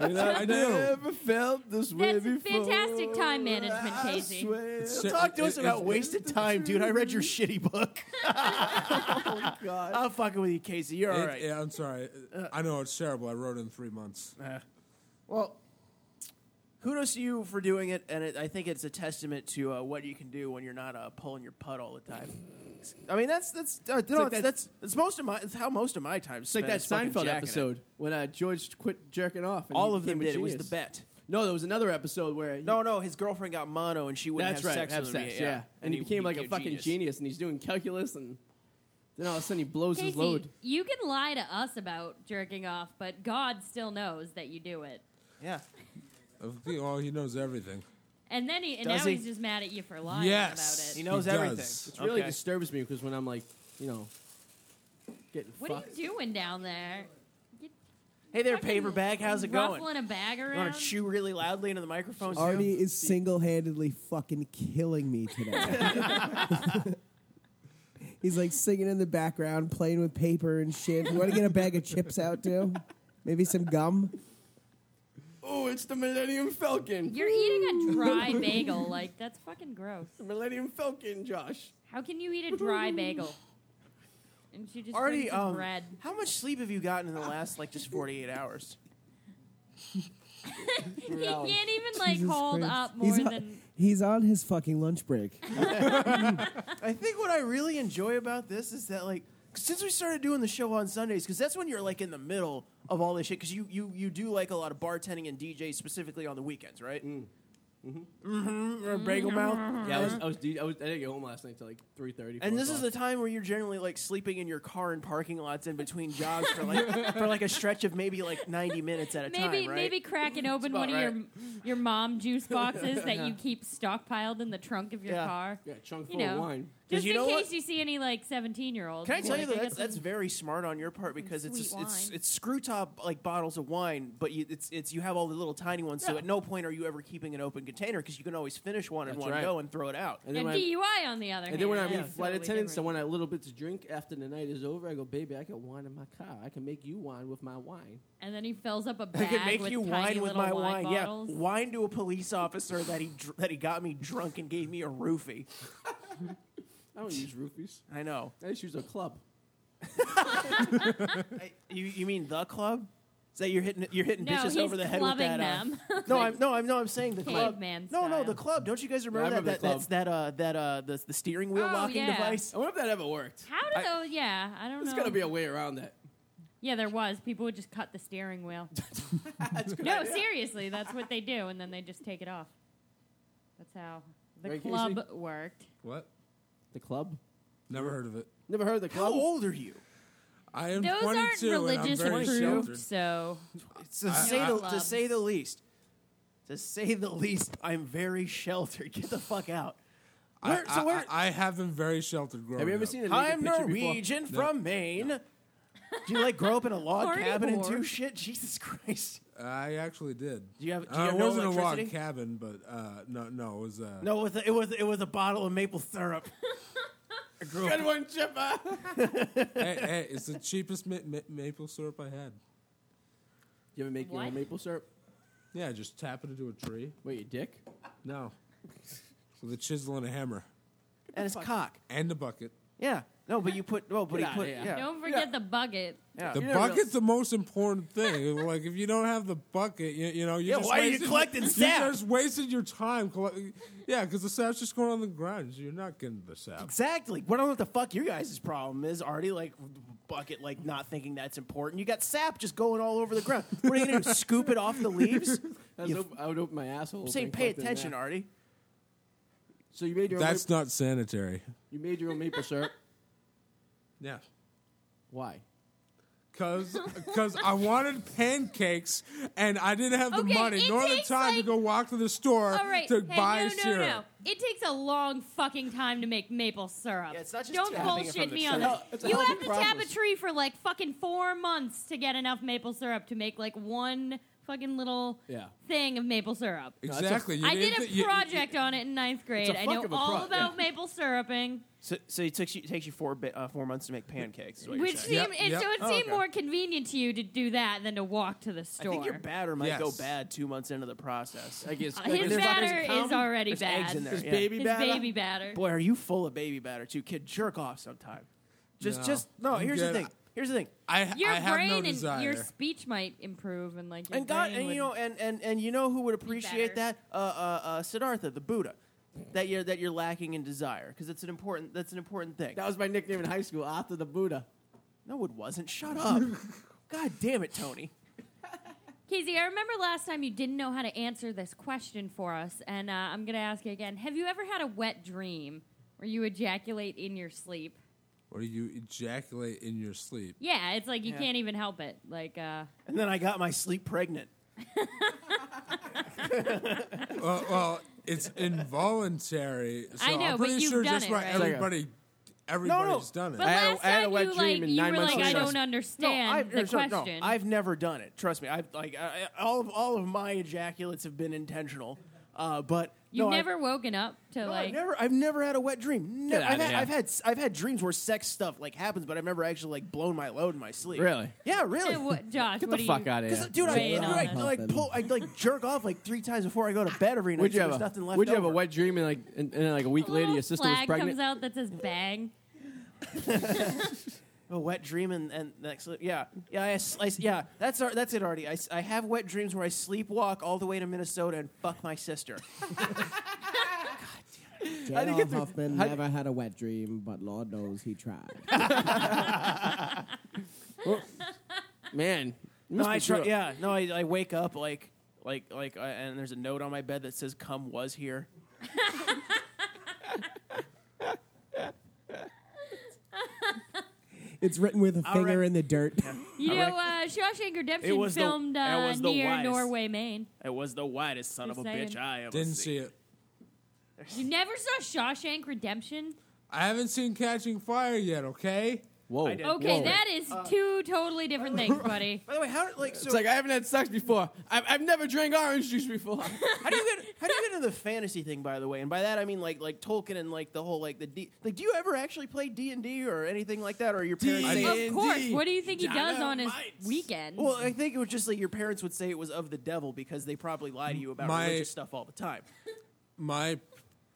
I do.
felt this
That's fantastic time management, Casey.
It's-
Talk to
it-
us about
it-
wasted time, dude. I read your shitty
(laughs)
book. I'm fucking with you, Casey. You're
it-
all right. Uh.
yeah, I'm sorry. I know it's terrible. I wrote it in three months.
Well, kudos to you for doing it, and it, I think it's a testament to uh, what you can do when you're not uh, pulling your putt all the time. I mean, that's that's uh, no,
like
it's-
that-
that's that's most of my that's how most of my time.
It's like that Seinfeld episode when uh, George quit jerking off. And
All
he
of them
became a
did. It was the
genius.
bet.
No, there was another episode where he-
No, no, his girlfriend got mono, and she wouldn't
that's
have
right,
sex
have
with
sex,
him.
yeah. And he, became like a fucking genius. and he's doing calculus, and then all of a sudden he blows his
Casey,
load.
you can lie to us about jerking off, but God still knows that you do it.
Yeah.
Of- Well, he knows everything.
And then he, and
Does
now
he?
he's just mad at you for lying
Yes.
about
He
it.
knows
He does.
everything.
It's
It really
Okay.
disturbs me because when I'm like, you know, getting
What
fucked.
are you doing down there?
Hey there,
Fucking (laughs)
paper bag. How's it
ruffling
going?
a bag
You
around?
want to chew really loudly into the microphone? too?
Artie is single-handedly fucking killing me today.
(laughs)
He's like singing in the background, playing with paper and shit. You want to get a bag of chips out too? Maybe some gum.
Oh, it's the Millennium Falcon.
You're eating a
(laughs)
dry bagel. Like that's fucking gross.
the Millennium Falcon, Josh.
How can you eat a dry bagel? And she just
Artie,
brings some
um,
bread. (laughs)
how much sleep have you gotten in the last like just 48 hours?
He can't even like
Jesus
hold
Christ.
up more
he's on,
than
he's on his fucking lunch break.
I think what I really enjoy about this is that like since we started doing the show on Sundays, because that's when you're like in the middle of all this shit. Because you you you do like a lot of bartending and DJ specifically on the weekends, right? Mm-hmm. Or bagel
Mm-hmm.
mouth.
Yeah, I was, I was, dude, I was, I didn't get home last night till like three thirty.
And this is the time where you're generally like sleeping in your car in parking lots in between jobs
(laughs)
for like for like a stretch of maybe like 90 minutes at a
Maybe
time, right? (laughs)
maybe cracking open one of your your mom juice boxes that you keep stockpiled in the trunk of your
Yeah.
car.
yeah, chunk
You
full of
know,
wine.
just
you
in
know
case
what?
you see any like seventeen year olds.
Can I tell you that that's, that's very smart on your part because it's
sweet
it's
wine.
it's screw top like bottles of wine, but you, it's it's you have all the little tiny ones. So
Yeah.
at no point are you ever keeping an open container because you can always finish one in
That's
one
right.
go and throw it out.
And then
and
when I,
DUI on the other.
and then when I
hand,
meet
that's
flight
totally
attendants, I
different.
want a little bit to drink after the night is over. I go, baby, I got wine in my car. I can make you wine with my wine.
And then he fills up a
(laughs) I
bag
could make
with
you
tiny
wine with
little
my
wine.
wine.
Bottles.
Yeah, wine to a police officer that he dr- that he got me drunk and gave me a roofie.
I
(laughs)
don't use roofies.
I know.
I just use a club.
I, you you mean the club? Is that you're hitting you're hitting
No,
bitches
he's
over the head with
clubbing
that? uh, (laughs)
them.
no, I'm no, I'm no, I'm saying the club.
Caveman
No, no,
style.
the club. Don't you guys remember,
remember
that?
the
that that's that uh that uh the, the steering wheel
Oh,
locking
yeah.
device.
I wonder if that ever worked.
How do those? Yeah, I don't
There's
know.
got to be a way around that.
yeah, there was. People would just cut the steering
(laughs)
wheel. no, seriously, that's what they do, and then they just take it off. That's how the
Right, Casey?
club worked.
What?
The club?
Never heard of it.
Never heard of the
How
Um,
club?
old are you?
I am
Those
22
aren't religious
and I'm very
approved,
sheltered.
so
To say the, to
Clubs.
say the least. To say the least, I'm very sheltered. (laughs) Get the fuck out.
I,
Where- so where-
I, I have been very sheltered growing
Have you ever
up.
seen a naked
I'm
picture
(laughs) Norwegian from Maine. Do you like grow up in a log
Party
cabin and
whore.
do shit? Jesus Christ!
I actually did.
Do you have- do you
Uh,
have
it
no
wasn't a log
electricity?
cabin, but uh, no, no, it was. Uh,
No, it was a, it was it was a bottle of maple
(laughs)
syrup. I grew up-
Before? Good one, Chippa.
hey, hey, it's the cheapest ma- ma- maple syrup I had.
You ever make your
What?
own maple syrup?
Yeah, just tap it into a tree.
Wait, your dick?
No, with a chisel and a hammer
and it's cock.
and a bucket.
Yeah. No, but you put. No, but
Get
you
outta
put.
here.
Yeah.
don't forget the bucket.
yeah.
The
You never
bucket's the most important thing. (laughs) like if you don't have the bucket, you, you know you.
Yeah,
just
why are you
wasted-
collecting sap?
(laughs) You just wasted your time. Collect- yeah, because the sap's just going on the ground. You're not getting the sap.
Exactly. What I don't know what the fuck your guys' problem is, Artie. Like bucket, like not thinking that's important. You got sap just going all over the ground. What are
(laughs)
you gonna do? Scoop it off the leaves?
I, was op- I would open my asshole.
I'm saying
and
pay
fuck in there.
attention, Artie.
So you made your own
That's not sanitary.
You made your own maple syrup.
Yeah.
Why?
Cause, cause I wanted pancakes and I didn't have the
Okay,
money
it
nor the
takes,
time to
like-
go walk to the store
All right,
to
hey,
buy
no,
syrup.
no, no. It takes a long fucking time to make maple syrup.
Yeah, it's not just
Don't
tapping it from
bullshit
the
me
tree.
on
No,
this.
it's a
you
healthy
have to tap a
process.
tree for like fucking four months to get enough maple syrup to make like one fucking little
Yeah.
thing of maple syrup.
that's a-
Exactly. you
I
didn't
did
thi-
a
you-
project on it in ninth grade.
a
I
fuck
know
of a
all
pro-
about
yeah.
maple syruping,
So, so it takes you it takes you four bit, uh, four months to make pancakes. is what you're
which
saying.
Yep,
seemed it,
yep.
so it
Oh,
seemed
okay.
more convenient to you to do that than to walk to the
I
store.
think your batter might
Yes.
go bad two months into the process.
I guess
Uh, his
there's-
batter
there's cum,
is already
There's
bad.
eggs in there.
There's
yeah.
baby
His
batter.
baby batter.
Boy, are you full of baby batter too, kid? Jerk off sometime. Just,
No,
just no.
I'm
here's the
good.
thing. Here's the thing.
I,
your
I have
brain
no
and
desire.
your speech might improve and like your
and God,
brain
and you
would-
know, and and and you know who would appreciate that?
better.
Uh, uh, uh, Siddhartha, the Buddha, that you're that you're lacking in desire because it's an important that's an important thing.
That was my nickname in high school, after the Buddha.
no, it wasn't. Shut up. God damn it, Tony.
Casey, I remember last time you didn't know how to answer this question for us, and uh, I'm going to ask you again. Have you ever had a wet dream where you ejaculate in your sleep?
Or you ejaculate in your sleep.
Yeah, it's like you
Yeah.
can't even help it. Like, uh,
And then I got my sleep pregnant.
well, Uh, well, it's involuntary. So
I know,
am
but
pretty
you've
sure
done
just
it,
about
right?
everybody, everybody's done it.
but
I had a-
last
I had a
time
wet
you
dream
like
and
you
nine
were
months
like, I
later.
don't understand
I've,
the
no, sorry, no,
question.
I've never done it. Trust me. I've like I, I- all of all of my ejaculates have been intentional. Uh, but
You've
no, I've-
never woken up to
No,
like.
I've never, I've never had a wet dream. No,
Get outta
I've, had,
here.
I've had, I've had dreams where sex stuff like happens, but I've never actually like blown my load in my sleep.
Really?
Yeah, really.
Hey, what- Josh,
Get
what
the
do
fuck
you,
out of
'Cause,
here.
dude, I,
Weighing on
I,
it.
like pull, I like jerk off like three times before I go to bed every night.
Would you
so
have
there's
a,
nothing left
would you have a
over.
wet dream and like and, and then like a week
A
later
little
your sister was
flag
pregnant?
comes out that says bang.
A wet dream and and next, yeah, yeah, I s- I s- yeah. That's our, that's it already. I, s- I have wet dreams where I sleepwalk all the way to Minnesota and fuck my
(laughs)
sister.
didn't get
Daniel
through-
Huffman
how do-
never had a wet dream, but Lord knows
(laughs)
he tried.
Man, you must
No,
be
I try,
sure-
yeah, no, I, I wake up like Like like uh, and there's a note on my bed that says "Come was here."
It's written with a finger in the dirt.
You know, uh, Shawshank Redemption
was the-
filmed
it
uh,
was the
near
wise.
Norway, Maine.
It was the whitest son of
Just
a
saying.
bitch I ever
Didn't see it.
You never saw Shawshank Redemption?
I haven't seen Catching Fire yet. Okay.
Whoa.
I did.
Okay,
Whoa.
that is
Uh,
two totally different things,
(laughs)
buddy.
By the way, how like so?
It's like I haven't had sex before. I've, I've never drank orange juice before.
(laughs) how do you get how do you get into the fantasy thing? By the way, and by that I mean like like Tolkien and like the whole like the D, like. Do you ever actually play D and D or anything like that? Or your parents? say-
Of course.
D&D.
What do you think he does on his
Dynamites.
weekend?
well, I think it was just like your parents would say it was of the devil because they probably lie to you about
My-
religious stuff all the time.
My,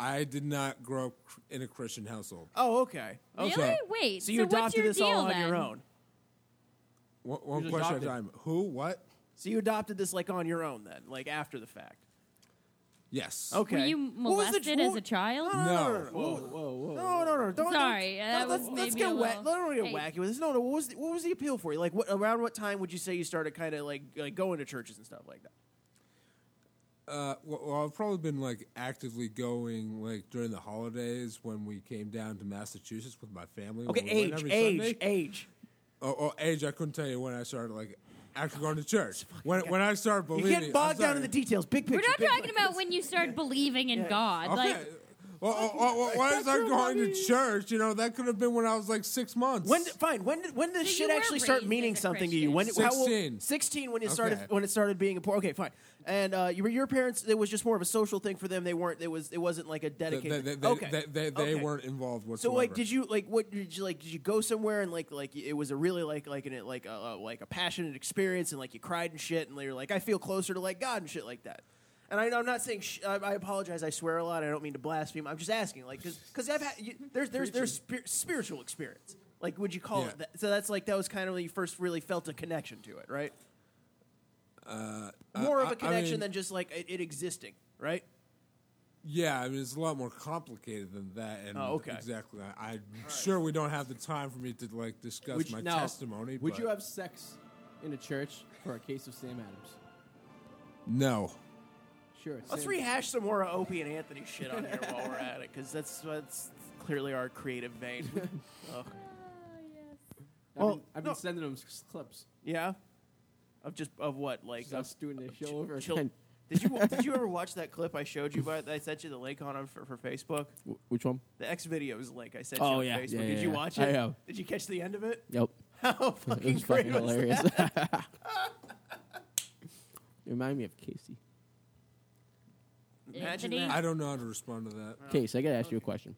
I did not grow up in a Christian household.
Oh, okay.
really?
okay.
Wait.
So you
what's
adopted
your
this
deal
all on
then?
your own.
One, one
You're
question at a
adopted.
time. Who? What?
So you adopted this like on your own then, like after the fact.
Yes.
Okay.
Were you
What was the-
molested as
what-
a child?
No. No. no, no, no.
Whoa,
No, no, no. Don't,
Sorry,
Don't,
uh, that
no, let's
was
let's
maybe
get
a
wet.
little-
Don't get
Hey.
wacky with this. No, no. What was the, what was the appeal for you? Like, what, around what time would you say you started kind of like like going to churches and stuff like that?
Uh, well, well, I've probably been like actively going like during the holidays when we came down to Massachusetts with my family.
Okay,
when we went
age,
every
age,
Sunday.
age.
Oh, oh, age. I couldn't tell you when I started like actually going to church. When when I started
You
believing.
get
I'm
bogged down
sorry.
in the details. Big picture.
We're not
big
talking
picture.
about when you started believing in God.
Okay.
Like,
well, well, well, well, when I started going to church, you know, that could have been when I was like six months.
When did, fine. When did when
So
did
you
shit
were
actually start
raised
meaning
as a
something to you?
Christian.
When how old-
16.
16 when it started
Okay.
when it started being important. Okay, fine. And uh, you were your parents. It was just more of a social thing for them. They weren't. It was. It wasn't like a
they,
dedicated.
they, they,
okay.
they, they, they
Okay.
weren't involved
So
whatsoever.
like, did you like what did you like? Did you go somewhere and like like it was a really like like an like a a- like a passionate experience and like you cried and shit and you're like I feel closer to like God and shit like that. And I, I'm not saying sh- I, I apologize. I swear a lot. I don't mean to blaspheme. I'm just asking like because I've had you, there's there's there's spir- spiritual experience. Like would you call
Yeah.
it that? So that's like that was kind of when you first really felt a connection to it, right? More of
Uh, I- I
a connection
mean-
than just like it, it existing, right?
Yeah, I mean, it's a lot more complicated than that. And
Oh, okay.
Exactly. I, I'm sure we don't have the time for me to like discuss
Would you-
my
now,
testimony.
Would
but
you have sex in a church for a case of Sam Adams?
No.
Sure.
Let's
Sam-
rehash some more uh, Opie and Anthony shit on here while we're at it, because that's that's clearly our creative
(laughs)
vein. Ugh.
I've
Well,
been, I've been
no.
sending them s- clips.
Yeah, of just of what like
So I was doing this show over (laughs)
chill-
again.
(laughs) Did you did you ever watch that clip I showed you? By that I sent you the link on for, for Facebook,
Which one?
the X videos link I sent you
Oh,
on
yeah.
Facebook.
Yeah,
did
yeah,
you
yeah.
watch
I
it?
have.
Did you catch the end of it? (laughs)
(laughs) Yep.
How
It
fucking
was fucking
great was that?
(laughs) hilarious. Remind me of Casey.
Imagine
Anthony?
that.
I don't know how to respond to that.
Casey, I gotta ask you a question.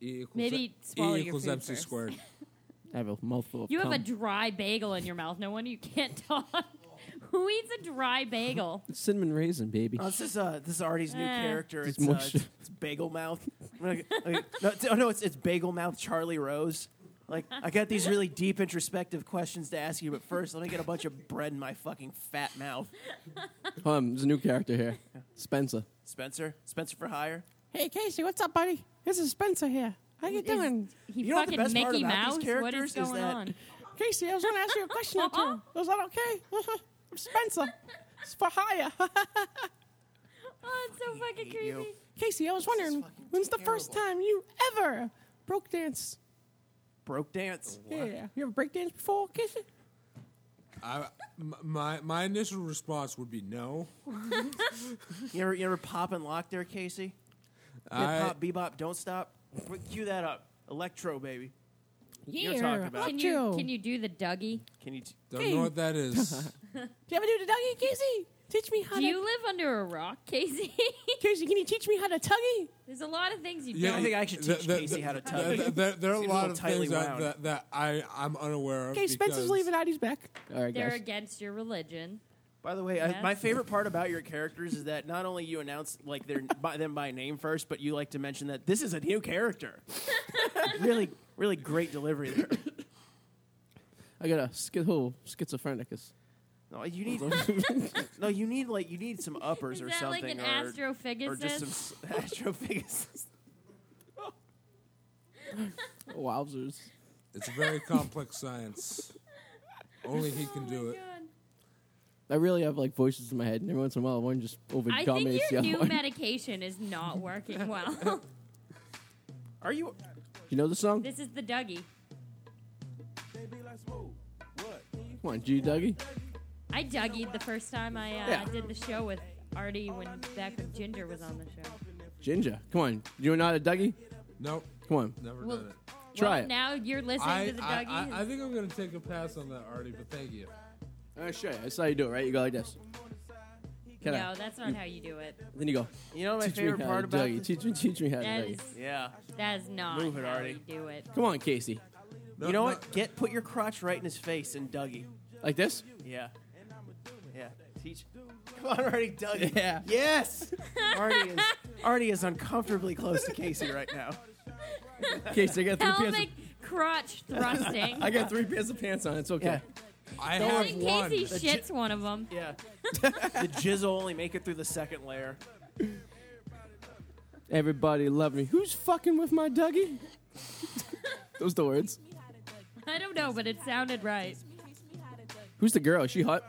E equals,
Maybe swallow
e
your
equals
food
MC
first.
squared.
I have a mouthful of
you have
cum.
a dry bagel in your mouth. No wonder you can't (laughs) talk. Who eats a dry bagel?
cinnamon raisin, baby.
Oh, this is uh, this is Artie's new
Eh.
character.
It's
It's, uh,
mush.
it's, it's Bagel Mouth. (laughs) Okay, okay. no, it's, oh, no, it's it's Bagel Mouth Charlie Rose. Like I got these really deep introspective questions to ask you, but first let me get a bunch of bread in my fucking fat mouth.
Um, there's a new character here. Spencer.
Spencer, Spencer for hire.
Hey, Casey, what's up, buddy? This is Spencer here. How you doing?
He
You know what the
fucking
best part
Mickey
about
Mouse.
these
what is
characters is
going
that- (laughs)
on?
Casey, I was going to ask you a question
(laughs)
or
Uh-huh.
two. Was that okay? (laughs) I'm Spencer. It's for hire. (laughs)
Oh, it's so fucking
hate you.
creepy.
Casey, I was wondering,
fucking
when's the first
terrible.
time you ever broke dance?
Broke dance.
Yeah. You ever break dance before, Casey?
I, m- my, my initial response would be no.
You ever you ever pop and lock there, Casey? Hip
I-
hop, bebop, don't stop. Cue that up, electro baby.
Yeah.
talking about-
Can you can you do the Dougie?
Can you? T-
Don't know what that is.
Do you ever do the Dougie, Casey? Teach me how
Do
to.
you live under a rock, Casey? (laughs)
Casey, can you teach me how to tuggy?
There's a lot of things you
Yeah,
I
don't.
think I should
the-
teach
the-
Casey how to
the- the-
tug.
the- there, are a
Seems a
lot
little
of things
tightly
that,
wound.
that, that I, I'm unaware of.
Okay, Spencer's
because-
leaving out. He's back. All right,
They're
guys.
against your religion.
By the way, I,
Yes.
my favorite part about your characters is that not only you announce like their, (laughs) by, them by name first, but you like to mention that this is a
(laughs)
new character. really, really great delivery there. (laughs)
I got a schizo- (laughs) schizophrenicus.
No, you need no, you need like you need some uppers
Is
or
that like
something,
an
or, or
astrophagist?
just (laughs) some astrophagus.
Wowzers.
Oh It's a very complex science. Only he can do it.
I really have like voices in my head, and every once in a while, one just
I think
overdominates the
your
other
new
one.
medication is not working well. (laughs)
Are you?
you know the song?
this is the Dougie.
Come on, G Dougie.
I Dougied the first time I uh,
Yeah.
did the show with Artie when back when Ginger was on the show.
Ginger. Come on. You're not a Dougie?
Nope,
Come on.
never
Well,
done it.
Try
well,
it.
Now you're listening
I,
to the
I,
Dougie.
I, I think I'm gonna take a pass on that, Artie. But thank you.
All right, sure. I saw you do it, right? You go like this. Get
no,
out.
that's not how you do it.
Then you go.
You know my
teach
favorite
me how
part
to
about
Dougie.
this?
Teach me, teach me how to
That is
Dougie.
Yeah.
that is not
Move it,
how
Artie.
you do it.
Come on, Casey.
No,
you know
no,
what? Get put your crotch right in his face and Dougie.
Like this?
Yeah. Yeah. Teach. Come on, Artie, Dougie.
Yeah.
Yes. Artie is Artie is uncomfortably close to Casey right now. (laughs)
Casey, I got
Oh
three pairs. Of,
Pelvic crotch thrusting.
I got three pairs of pants on. It's okay.
Yeah.
I
I
have
think
one.
Casey shits one of them.
Yeah. the jizz will only make it through the second layer.
Everybody love me. Who's fucking with my Dougie? (laughs) Those the words.
I don't know, but it sounded right.
Who's the girl? Is she hot?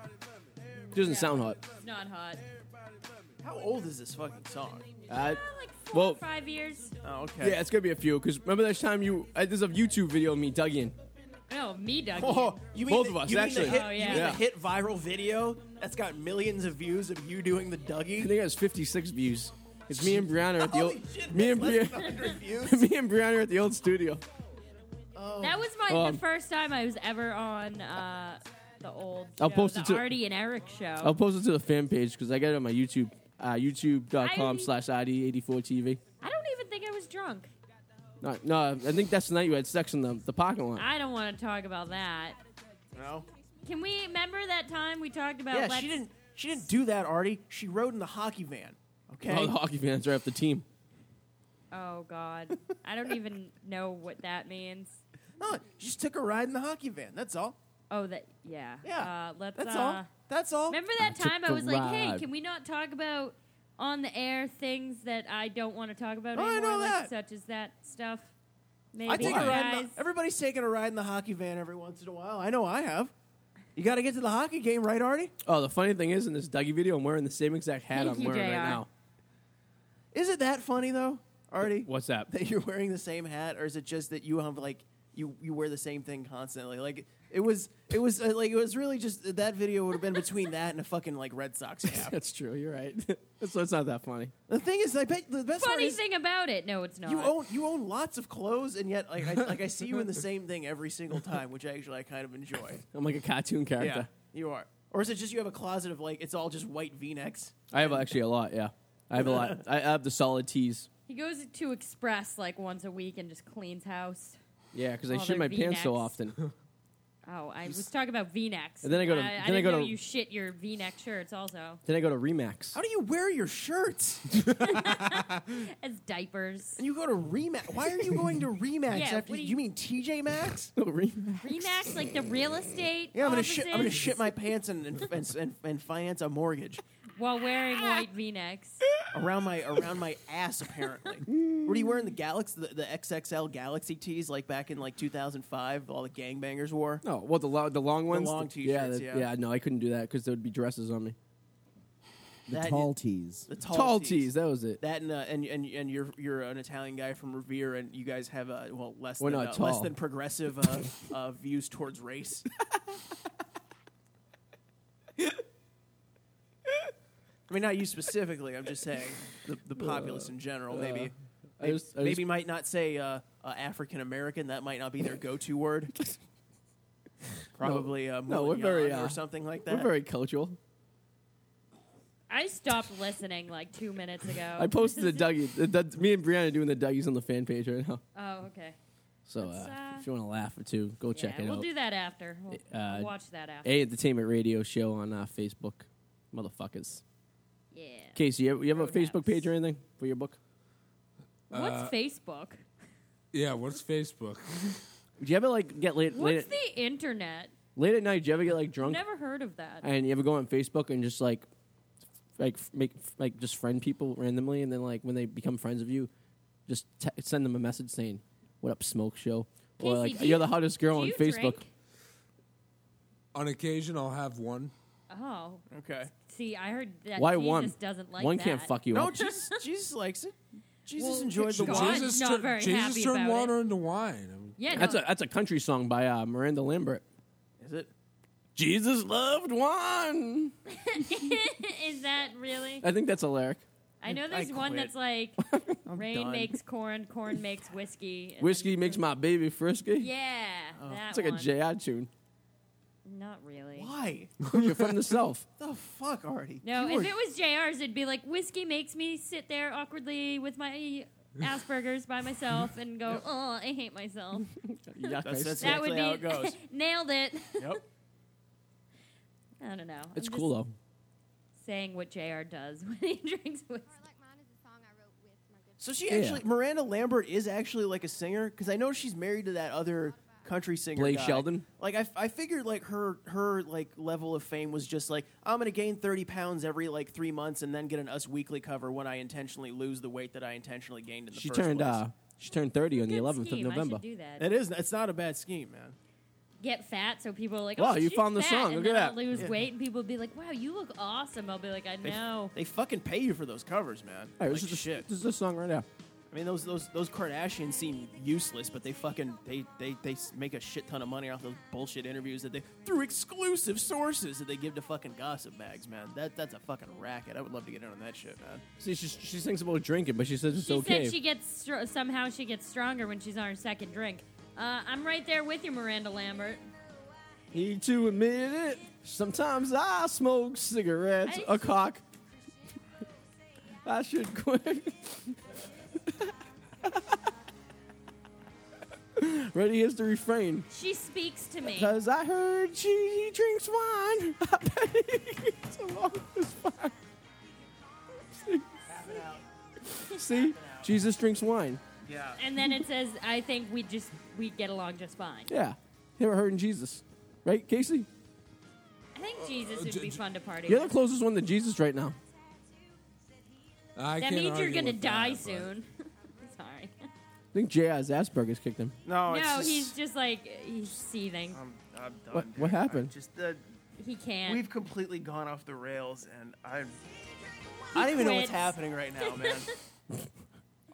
She doesn't sound hot.
It's not hot.
How old is this fucking song?
Uh,
Oh, like four
Well-
or five years.
Oh, okay.
yeah, it's gonna be a few. Cause remember that time you uh, there's a YouTube video of me Dougie
No, me Dougie.
Oh, you mean
Both
the,
of us,
you mean
actually.
the hit,
Oh,
you
yeah.
mean the
Yeah.
hit viral video that's got millions of views of you doing the
I
Dougie?
think it has 56 views. It's me and Brianna at the old
Holy shit,
me and
that's less
Brianna.
than 100 views.
(laughs) me and Brianna are at the old studio.
That was my
Um,
the first time I was ever on uh, the old.
I'll
show,
post
the
it to-
Artie and Eric show.
I'll post it to the fan page because I got it on my YouTube, uh,
I-
youtube.com slash ID84TV.
I don't even think I was drunk.
No, no, I think that's the night you had sex in the, the parking lot.
I don't want to talk about that.
(laughs) No.
Can we remember that time we talked about?
Yeah,
let's-
she didn't. She didn't do that, Artie. She rode in the hockey van. Okay.
All the hockey fans are off the team.
Oh God, I don't even know what that means.
No, she just took a ride in the hockey van. That's all.
Oh, that yeah.
Yeah.
Uh, let's.
That's
uh,
all. That's all.
Remember that
I took
time I
a
was like, "Hey,
ride.
can we not talk about on the air things that I don't want to talk about
Oh, I
anymore,
know
like
that.
such as that stuff?" Maybe
I take a ride.
guys.
In the, everybody's taking a ride in the hockey van every once in a while. I know I have. You got to get to the hockey game, right, Artie?
Oh, the funny thing is, in this Dougie video, I'm wearing the same exact hat
Thank
I'm
you,
wearing
JR.
right now.
Is it that funny though, Artie?
What's that?
(laughs) That you're wearing the same hat, or is it just that you have like you you wear the same thing constantly? Like it was it was uh, like it was really just that video would have been between that and a fucking like Red Sox cap.
(laughs) That's true. You're right. so it's not that funny.
the thing is, I bet the best part
Funny
is
thing about it, no, it's not.
You own you own lots of clothes, and yet like I, like I see you in the same thing every single time, which actually I kind of enjoy.
I'm like a cartoon
Yeah,
character.
you are. Or is it just you have a closet of like it's all just white V-necks?
I have actually a lot. Yeah, I have a lot. I I have the solid tees.
He goes to Express like once a week and just cleans house.
Yeah, because I
All
shit
their
my pants so
V-necks. (laughs)
often.
Oh, I was talking about V-necks.
And then I go to-
I,
then I
didn't
go
know
to-
you shit your V-neck shirts also
Then I go to Remax.
How do you wear your shirts?
as diapers.
And you go to Remax. Why are you going to Remax
Yeah,
after
what do
you,
you-
mean TJ Maxx?
No, Remax.
Remax like the real estate.
Yeah, I'm gonna
offices
shit. I'm gonna shit my pants and and, and, and and finance a mortgage
while
(laughs)
wearing white V-necks.
around my around my ass. Apparently, what are you wearing? The Galaxy, the, the XXL Galaxy tees, like back in like 2005, all the gangbangers wore.
No, well the lo- the long ones,
long
Yeah,
t-shirts,
the-
yeah.
No, I couldn't do that because there would be dresses on me.
The
That-
tall tees.
the tall,
Tall, tees. that was it.
That and, uh, and and and you're you're an Italian guy from Revere, and you guys have uh, well less
We're
than
not
uh, less
tall.
than progressive
(laughs)
uh, uh, views towards race. I mean, not you specifically. I'm just saying the, the populace in general. Maybe
Uh, I just, I
maybe might not say uh, uh, African American. That might not be their go-to word.
(laughs)
Probably uh,
No, we're
Molignon
very, uh,
or something like
just,
that.
we're very cultural.
I stopped listening like two minutes ago.
(laughs)
I
(laughs)
posted the Dougie. The, the, me and Brianna doing the Dougies on the fan page right now.
Oh, okay.
So uh,
Let's, uh,
if you want to laugh or two, go check
yeah,
it
we'll
out.
do that after. We'll
Uh,
we'll watch that after.
A Entertainment Radio Show on uh, Facebook, motherfuckers.
yeah.
Casey, you have, you have a
Roadhouse.
Facebook page or anything for your book?
What's Facebook?
Yeah, what's Facebook?
Do you ever like get late late,
What's
at-
the internet?
late at night? Do you ever get like drunk
Never heard of that.
and you ever go on Facebook and just like like f- make f- like just friend people randomly and then like when they become friends of you, just te- send them a message saying, "What up, Smoke Show?" or
Casey,
like
do
you're
you-
the hottest girl
Do
on
you
Facebook.
drink?
On occasion, I'll have one.
Oh,
Okay.
see, I heard that
Why
Jesus
one?
doesn't like
one
that.
can't fuck (laughs) you
No,
up.
Jesus, Jesus likes it. Jesus
Well,
enjoyed the
God.
wine.
Jesus,
not
tur-
very
Jesus
happy
turned
about
water into wine. I mean,
Yeah,
That's
no,
a that's a country song by uh, Miranda Lambert.
Is it?
Jesus loved one.
(laughs) is that really?
I think that's a lyric.
I
(laughs)
know there's
I
one
quit.
that's like rain
done.
makes corn, corn makes whiskey. and-
Whiskey makes my baby frisky.
Yeah, that
it's like a
one.
J.I. tune. (laughs)
Not really.
Why?
You're from
(laughs)
the south.
the fuck, Artie?
No,
You
if
are-
it was JR's, it'd be like whiskey makes me sit there awkwardly with
(laughs)
my Asperger's by myself and go, oh, I hate myself.
Yuck,
That's-
I
that's
said-
That would
Exactly
be
how it goes.
(laughs) nailed it.
Yep.
(laughs) I don't know. I'm
it's
just
cool though.
Saying what JR does (laughs) when he drinks whiskey.
More Like Mine is a song I wrote with my good
So she actually, Miranda Lambert is actually like a singer because I know she's married to that other country singer,
Blake
guy.
Sheldon?
Like I, I figured like her her like level of fame was just like I'm gonna gain 30 pounds every like three months and then get an Us Weekly cover when I intentionally lose the weight that I intentionally gained in the
She
first
turned
place.
uh, she turned 30 on the
Good
11th
scheme.
of
I
November.
should do that.
It is. It's not a bad scheme, man.
Get fat, so people are like,
Wow,
"Oh,
you
she's
found the
fat,"
song.
and
Look at
then I'll
that.
lose weight, and people will be like, "Wow, you look awesome." I'll be like, "I know."
They fucking pay you for those covers, man.
All right,
Like,
this, is
shit.
this is this song right now.
I mean, those those those Kardashians seem useless, but they fucking they they they s- make a shit ton of money off those bullshit interviews that they through exclusive sources that they give to fucking gossip bags, man. That that's a fucking racket. I would love to get in on that shit, man.
See, she she sings about drinking, but she says it's
She
okay.
said she gets str- somehow she gets stronger when she's on her second drink. Uh, I'm right there with you, Miranda Lambert.
He to admit it. Sometimes I smoke cigarettes,
I-
a cock. I should quit. Ready is the refrain.
She speaks to me.
Cause I heard she drinks wine. (laughs) I bet he gets along with wine. (laughs) See, Jesus drinks wine.
And then it says, "I think we just we get along just fine."
Yeah, him or her and Jesus, right, Casey?
I think Jesus
j-
Uh,
would be
j-
fun to party.
You're the
with.
closest one to Jesus right now.
I
That
can't
means you're
argue
gonna
with
die
that, but-
soon. (laughs) Sorry.
I think J.I.'s Asperger's kicked him.
No,
no, he's just like he's seething.
I'm, I'm done.
What- what happened?
I just uh,
He can't.
Um, we've completely gone off the rails, and I'm. I don't even know what's
quits.
happening right
(laughs)
now, man.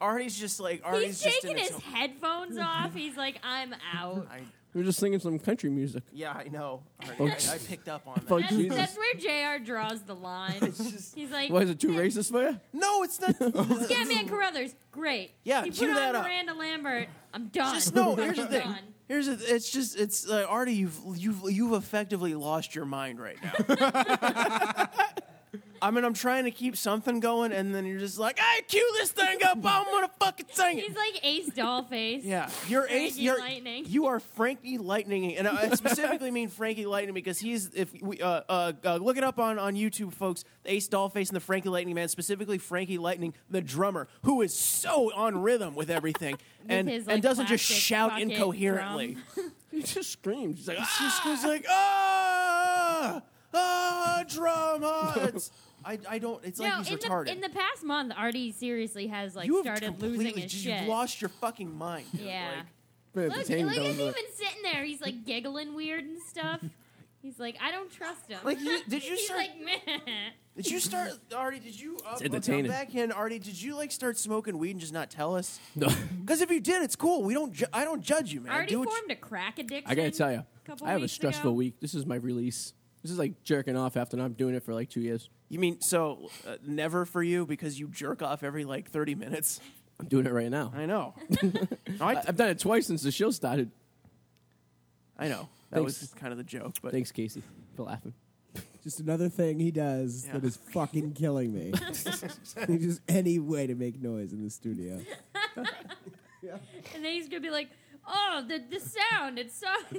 Artie's just like Artie's
He's
just
taking
in his
his headphones
(laughs)
off. He's like, "I'm out."
I,
We were just singing some country music.
yeah, I know. Artie, I, I picked up on
Fuck
that.
That's,
Jesus.
that's where Jr. draws the line. He's like,
Why is it too racist for you?
No, it's not.
Scatman Carruthers, great.
Yeah,
he
cue
put
that
on
up.
Miranda Lambert. I'm done.
Just no. Here's the
(laughs) I'm
thing.
done.
Here's the, it's just it's uh, Artie. You've you've you've effectively lost your mind right now. I mean, I'm trying to keep something going, and then you're just like, "Hey, cue this thing up! I'm gonna fucking sing it."
He's like Ace Dollface.
Yeah, you're Ace.
Frankie
You're,
Lightning.
you are Frankie Lightning, and I specifically mean Frankie Lightning because he's if we uh, uh, uh, look it up on on YouTube, folks. Ace Dollface and the Frankie Lightning Man, specifically Frankie Lightning, the drummer, who is so on rhythm
(laughs)
with everything, and
his,
and
like,
doesn't just
plastic
shout
bucket
incoherently.
(laughs) He just screamed. He's like,
It's
ah!
just it's like ah ah drama. It's, I I don't. It's
No,
like he's
in
retarded.
the, in the past month, Artie seriously has like
you have
started
completely
losing his
just-
shit.
You've lost your fucking mind. dude.
yeah.
Like,
Been
Look,
entertained
look
that
at
was
him
it.
(laughs) sitting there. He's like giggling weird and
(laughs)
stuff. He's like, I don't trust him.
Like, you- did you
He's
start-
like, meh.
Did you start, Artie? Did you? Uh,
entertaining.
okay, back in, Artie. Did you like start smoking weed and just not tell us?
No,
Because if you did, it's cool. We don't. Ju- I don't judge you, man.
Artie
Do what
formed a crack addiction.
I gotta tell you,
couple
I have a
weeks
stressful
ago.
week. This is my release. This is like jerking off after not doing it for like two years.
you, you mean so uh, never for you because you jerk off every like thirty minutes.
I'm doing it right now.
I (laughs) know. No, I,
I- I've done it twice since the show started.
I know. That
Thanks.
was kind of the joke, but
Thanks, Casey, for laughing.
Just another thing he does
Yeah.
that is fucking
(laughs)
killing me. just any way to make noise in the studio.
And then he's gonna be like, oh, the the sound. It's so. (laughs)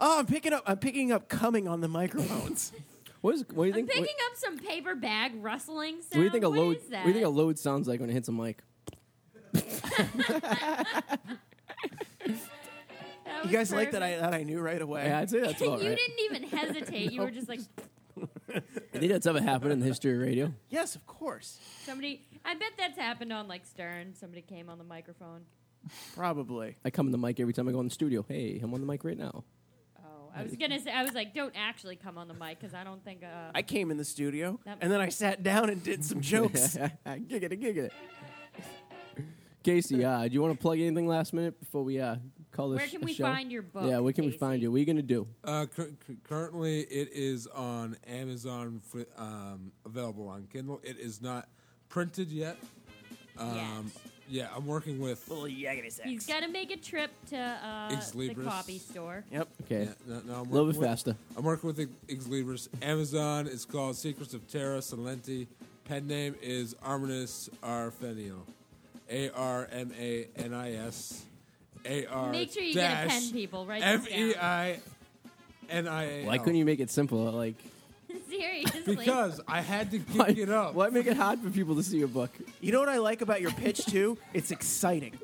oh, I'm picking up. I'm picking up coming on the microphones.
What is? What do you
I'm
think?
picking
What,
up some paper bag rustling sound.
what do you think a load?
is
What
that?
do you think a load sounds like when it hits
(laughs)
a mic?
That
you
was
guys like that? I
perfect.
that I knew right away.
Yeah, I'd say that's
(laughs)
about
you
right.
didn't even hesitate. You were just
(laughs)
like
I think that's ever happened in the history of radio.
Yes, of course.
somebody. I bet that's happened on like Stern. Somebody came on the microphone.
Probably.
I come on the mic every time I go in the studio. Hey, I'm on the mic right now.
Oh, I was gonna say I was like, don't actually come on the mic because I don't think. Uh,
I came in the studio
That-
and then I sat down and did some
(laughs)
jokes. (laughs)
giggity, giggity. Casey, uh, do you want to plug anything last minute before we uh, call this
where can
a
we
show?
find your book?
Yeah, where can we
Casey?
find you? What are you going to do?
Uh, cu- cu- currently, it is on Amazon, for, um, available on Kindle. It is not printed yet. Um, yeah, I'm working with.
Little yaggity sex.
He's gonna make a trip to uh,
Ex
the
Libris.
copy store. (laughs)
Yep.
Okay.
Yeah, no, no, I'm
A little
working
bit
with-
faster.
I'm working with Ex- Ex Libris. Amazon is called Secrets of Terra Silenti. Pen name is Arminus Arfenio. A R M A N I S A R.
Make sure you get a
dash
pen, people. Right?
M E I N I A.
Why couldn't you make it simple? Like,
Seriously.
Because I had to
(laughs) why,
kick it up.
why make it hard for people to see your book?
You know what I like about your pitch too? (laughs)
(laughs)
It's exciting.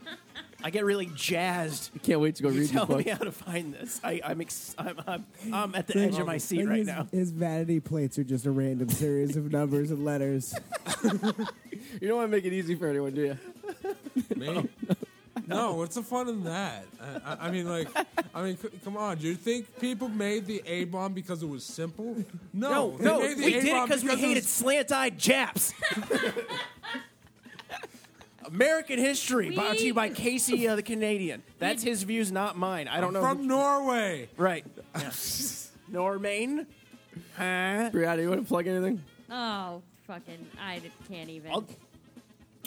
I get really jazzed.
I can't wait to go
You
read your
tell
book.
me how to find this. I, I'm, ex- I'm, I'm I'm at the edge of my seat
Like
right
his,
now.
His vanity plates are just a random series of numbers and letters.
You don't want to make it easy for anyone, do you?
Me? (laughs) No, what's the fun in that? I, I, I mean, like, I mean, c- come on. Do you think people made the A bomb because it was simple? No, they
no, we
made the
did it
A-bomb
because we
it
hated
was-
slant-eyed Japs. American history brought to you by Casey uh, the Canadian. That's his views, not mine. I don't know.
from
who-
Norway.
right. Yeah. (laughs) Normaine. Huh?
Brianna, you want to plug anything?
oh, fucking! I d- can't even.
I'll-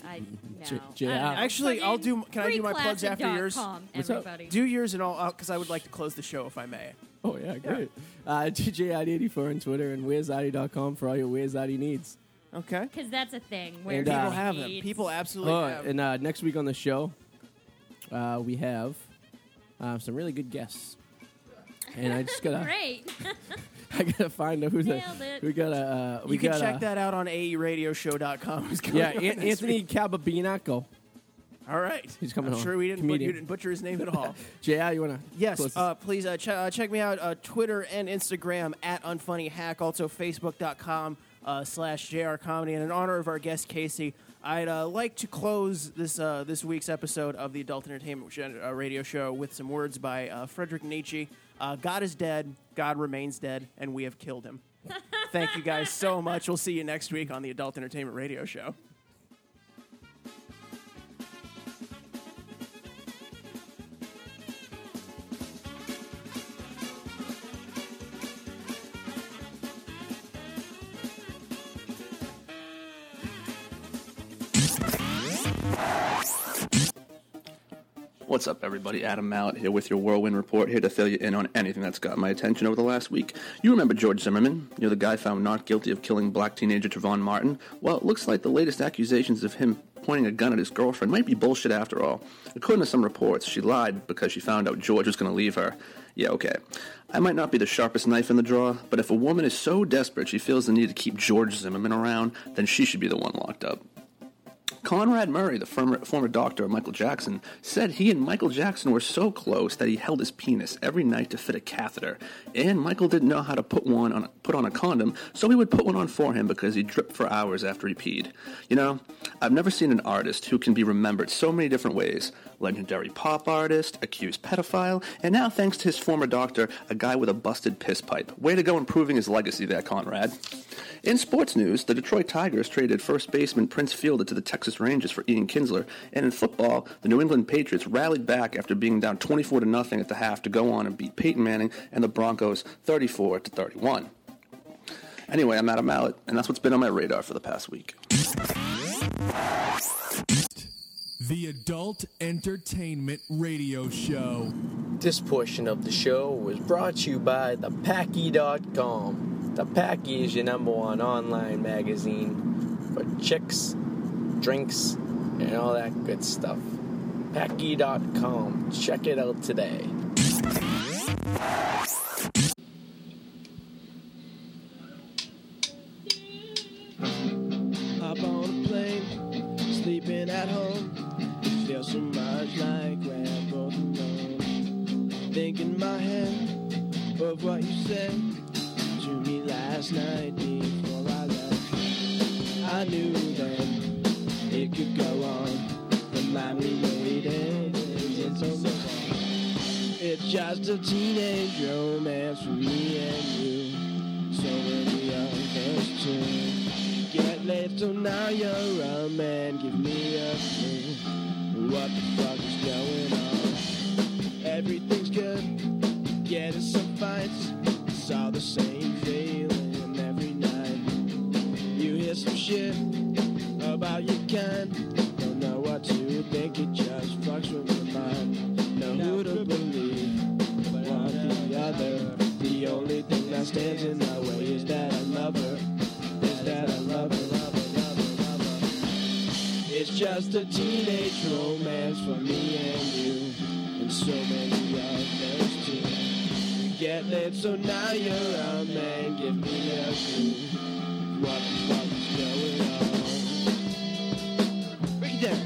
I no.
J-
I
J-
don't know.
Actually, I'll do- can I do my plugs after yours?
freeclassic.com,
What's up?
Everybody.
Do yours and all out because I would like to close the show if I may.
Oh, yeah, great. Uh, GJID84 on Twitter and Where'sID.com for all your Where's ID needs.
Okay.
Because that's a thing where
And,
People
uh,
have them.
needs-
People absolutely
Oh,
have.
and uh, next week on the show, uh, we have uh, some really good guests. And I just gotta,
Great.
(laughs) I gotta find out who the
Nailed it.
we gotta. Uh, we
you can
gotta,
check that out on E aeradioshow.com. (laughs) Who's coming
Yeah,
on
An-
this
Anthony
week.
Cababinaco.
All right.
He's coming
I'm
on.
sure we didn't, but you
Comedian.
didn't butcher his name at all.
JR, you wanna? close
Yes,
this?
uh, please uh, ch- uh, check me out uh, Twitter and Instagram at unfunnyhack. Also Facebook.com uh, slash JR Comedy. And in honor of our guest Casey, I'd uh, like to close this uh, this week's episode of the Adult Entertainment Gen- uh, Radio Show with some words by uh, Frederick Nietzsche. Uh, God is dead, God remains dead, and we have killed him. Thank you guys so much. We'll see you next week on the Adult Entertainment Radio Show.
What's up, everybody? Adam Mallett here with your Whirlwind Report, here to fill you in on anything that's got my attention over the last week. You remember George Zimmerman? You're the guy found not guilty of killing black teenager Trevon Martin? Well, it looks like the latest accusations of him pointing a gun at his girlfriend might be bullshit after all. According to some reports, she lied because she found out George was going to leave her. Yeah, okay. I might not be the sharpest knife in the drawer, but if a woman is so desperate she feels the need to keep George Zimmerman around, then she should be the one locked up. Conrad Murray, the former, former doctor of Michael Jackson, said he and Michael Jackson were so close that he held his penis every night to fit a catheter. And Michael didn't know how to put one on put on a condom, so he would put one on for him because he dripped for hours after he peed. You know, I've never seen an artist who can be remembered so many different ways: legendary pop artist, accused pedophile, and now, thanks to his former doctor, a guy with a busted piss pipe. Way to go, improving his legacy there, Conrad. In sports news, the Detroit Tigers traded first baseman Prince Fielder to the Texas Rangers for Ian Kinsler, and in football, the New England Patriots rallied back after being down 24 to nothing at the half to go on and beat Peyton Manning and the Broncos 34 to 31. Anyway, I'm Adam Mallet, and that's what's been on my radar for the past week.
The Adult Entertainment Radio Show.
This portion of the show was brought to you by thepacky.com. The Packy is your number one online magazine for chicks, drinks, and all that good stuff. Packy.com. Check it out today.
Hop on a plane, sleeping at home. Feels so much like we're both alone. Think in my head of what you said to me last night before I left. I knew then it could go on. The man we waited is so long. It just
just a teenage romance for me and you. So many others too. Get late, so now you're a man. Give me a clue. What the fuck is going on? Everything's good. Getting some fights. It's all the same feeling every night. You hear some shit about your kind. Don't know what to think, it just fucks with your mind. Know who to believe, one or the other. The only thing that stands in my way is that I love her. Is that I love her, love her, love her, love her. It's just a teenage romance for me and you, and so many others too. You get lit, so now you're a man. Give me a clue. What the fuck is going on? Break it down.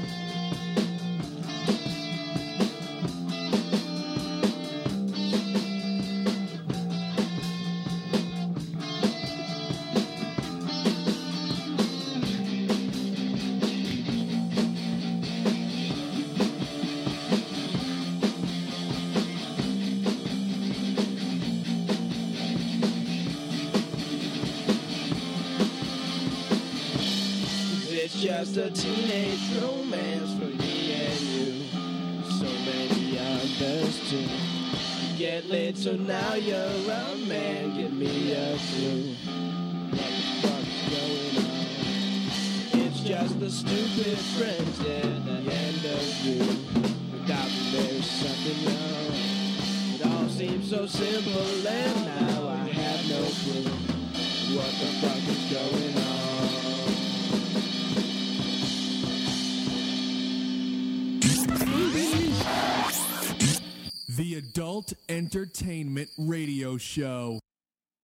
It's just a teenage romance for me and you. So many others too. Get lit, so now you're a man. Give me a clue. What the fuck's going on? It's just the stupid friends at the end of you. Without them, there's something wrong. It all seems so simple, and now I have no clue. What the fuck is going on?
The Adult Entertainment Radio Show.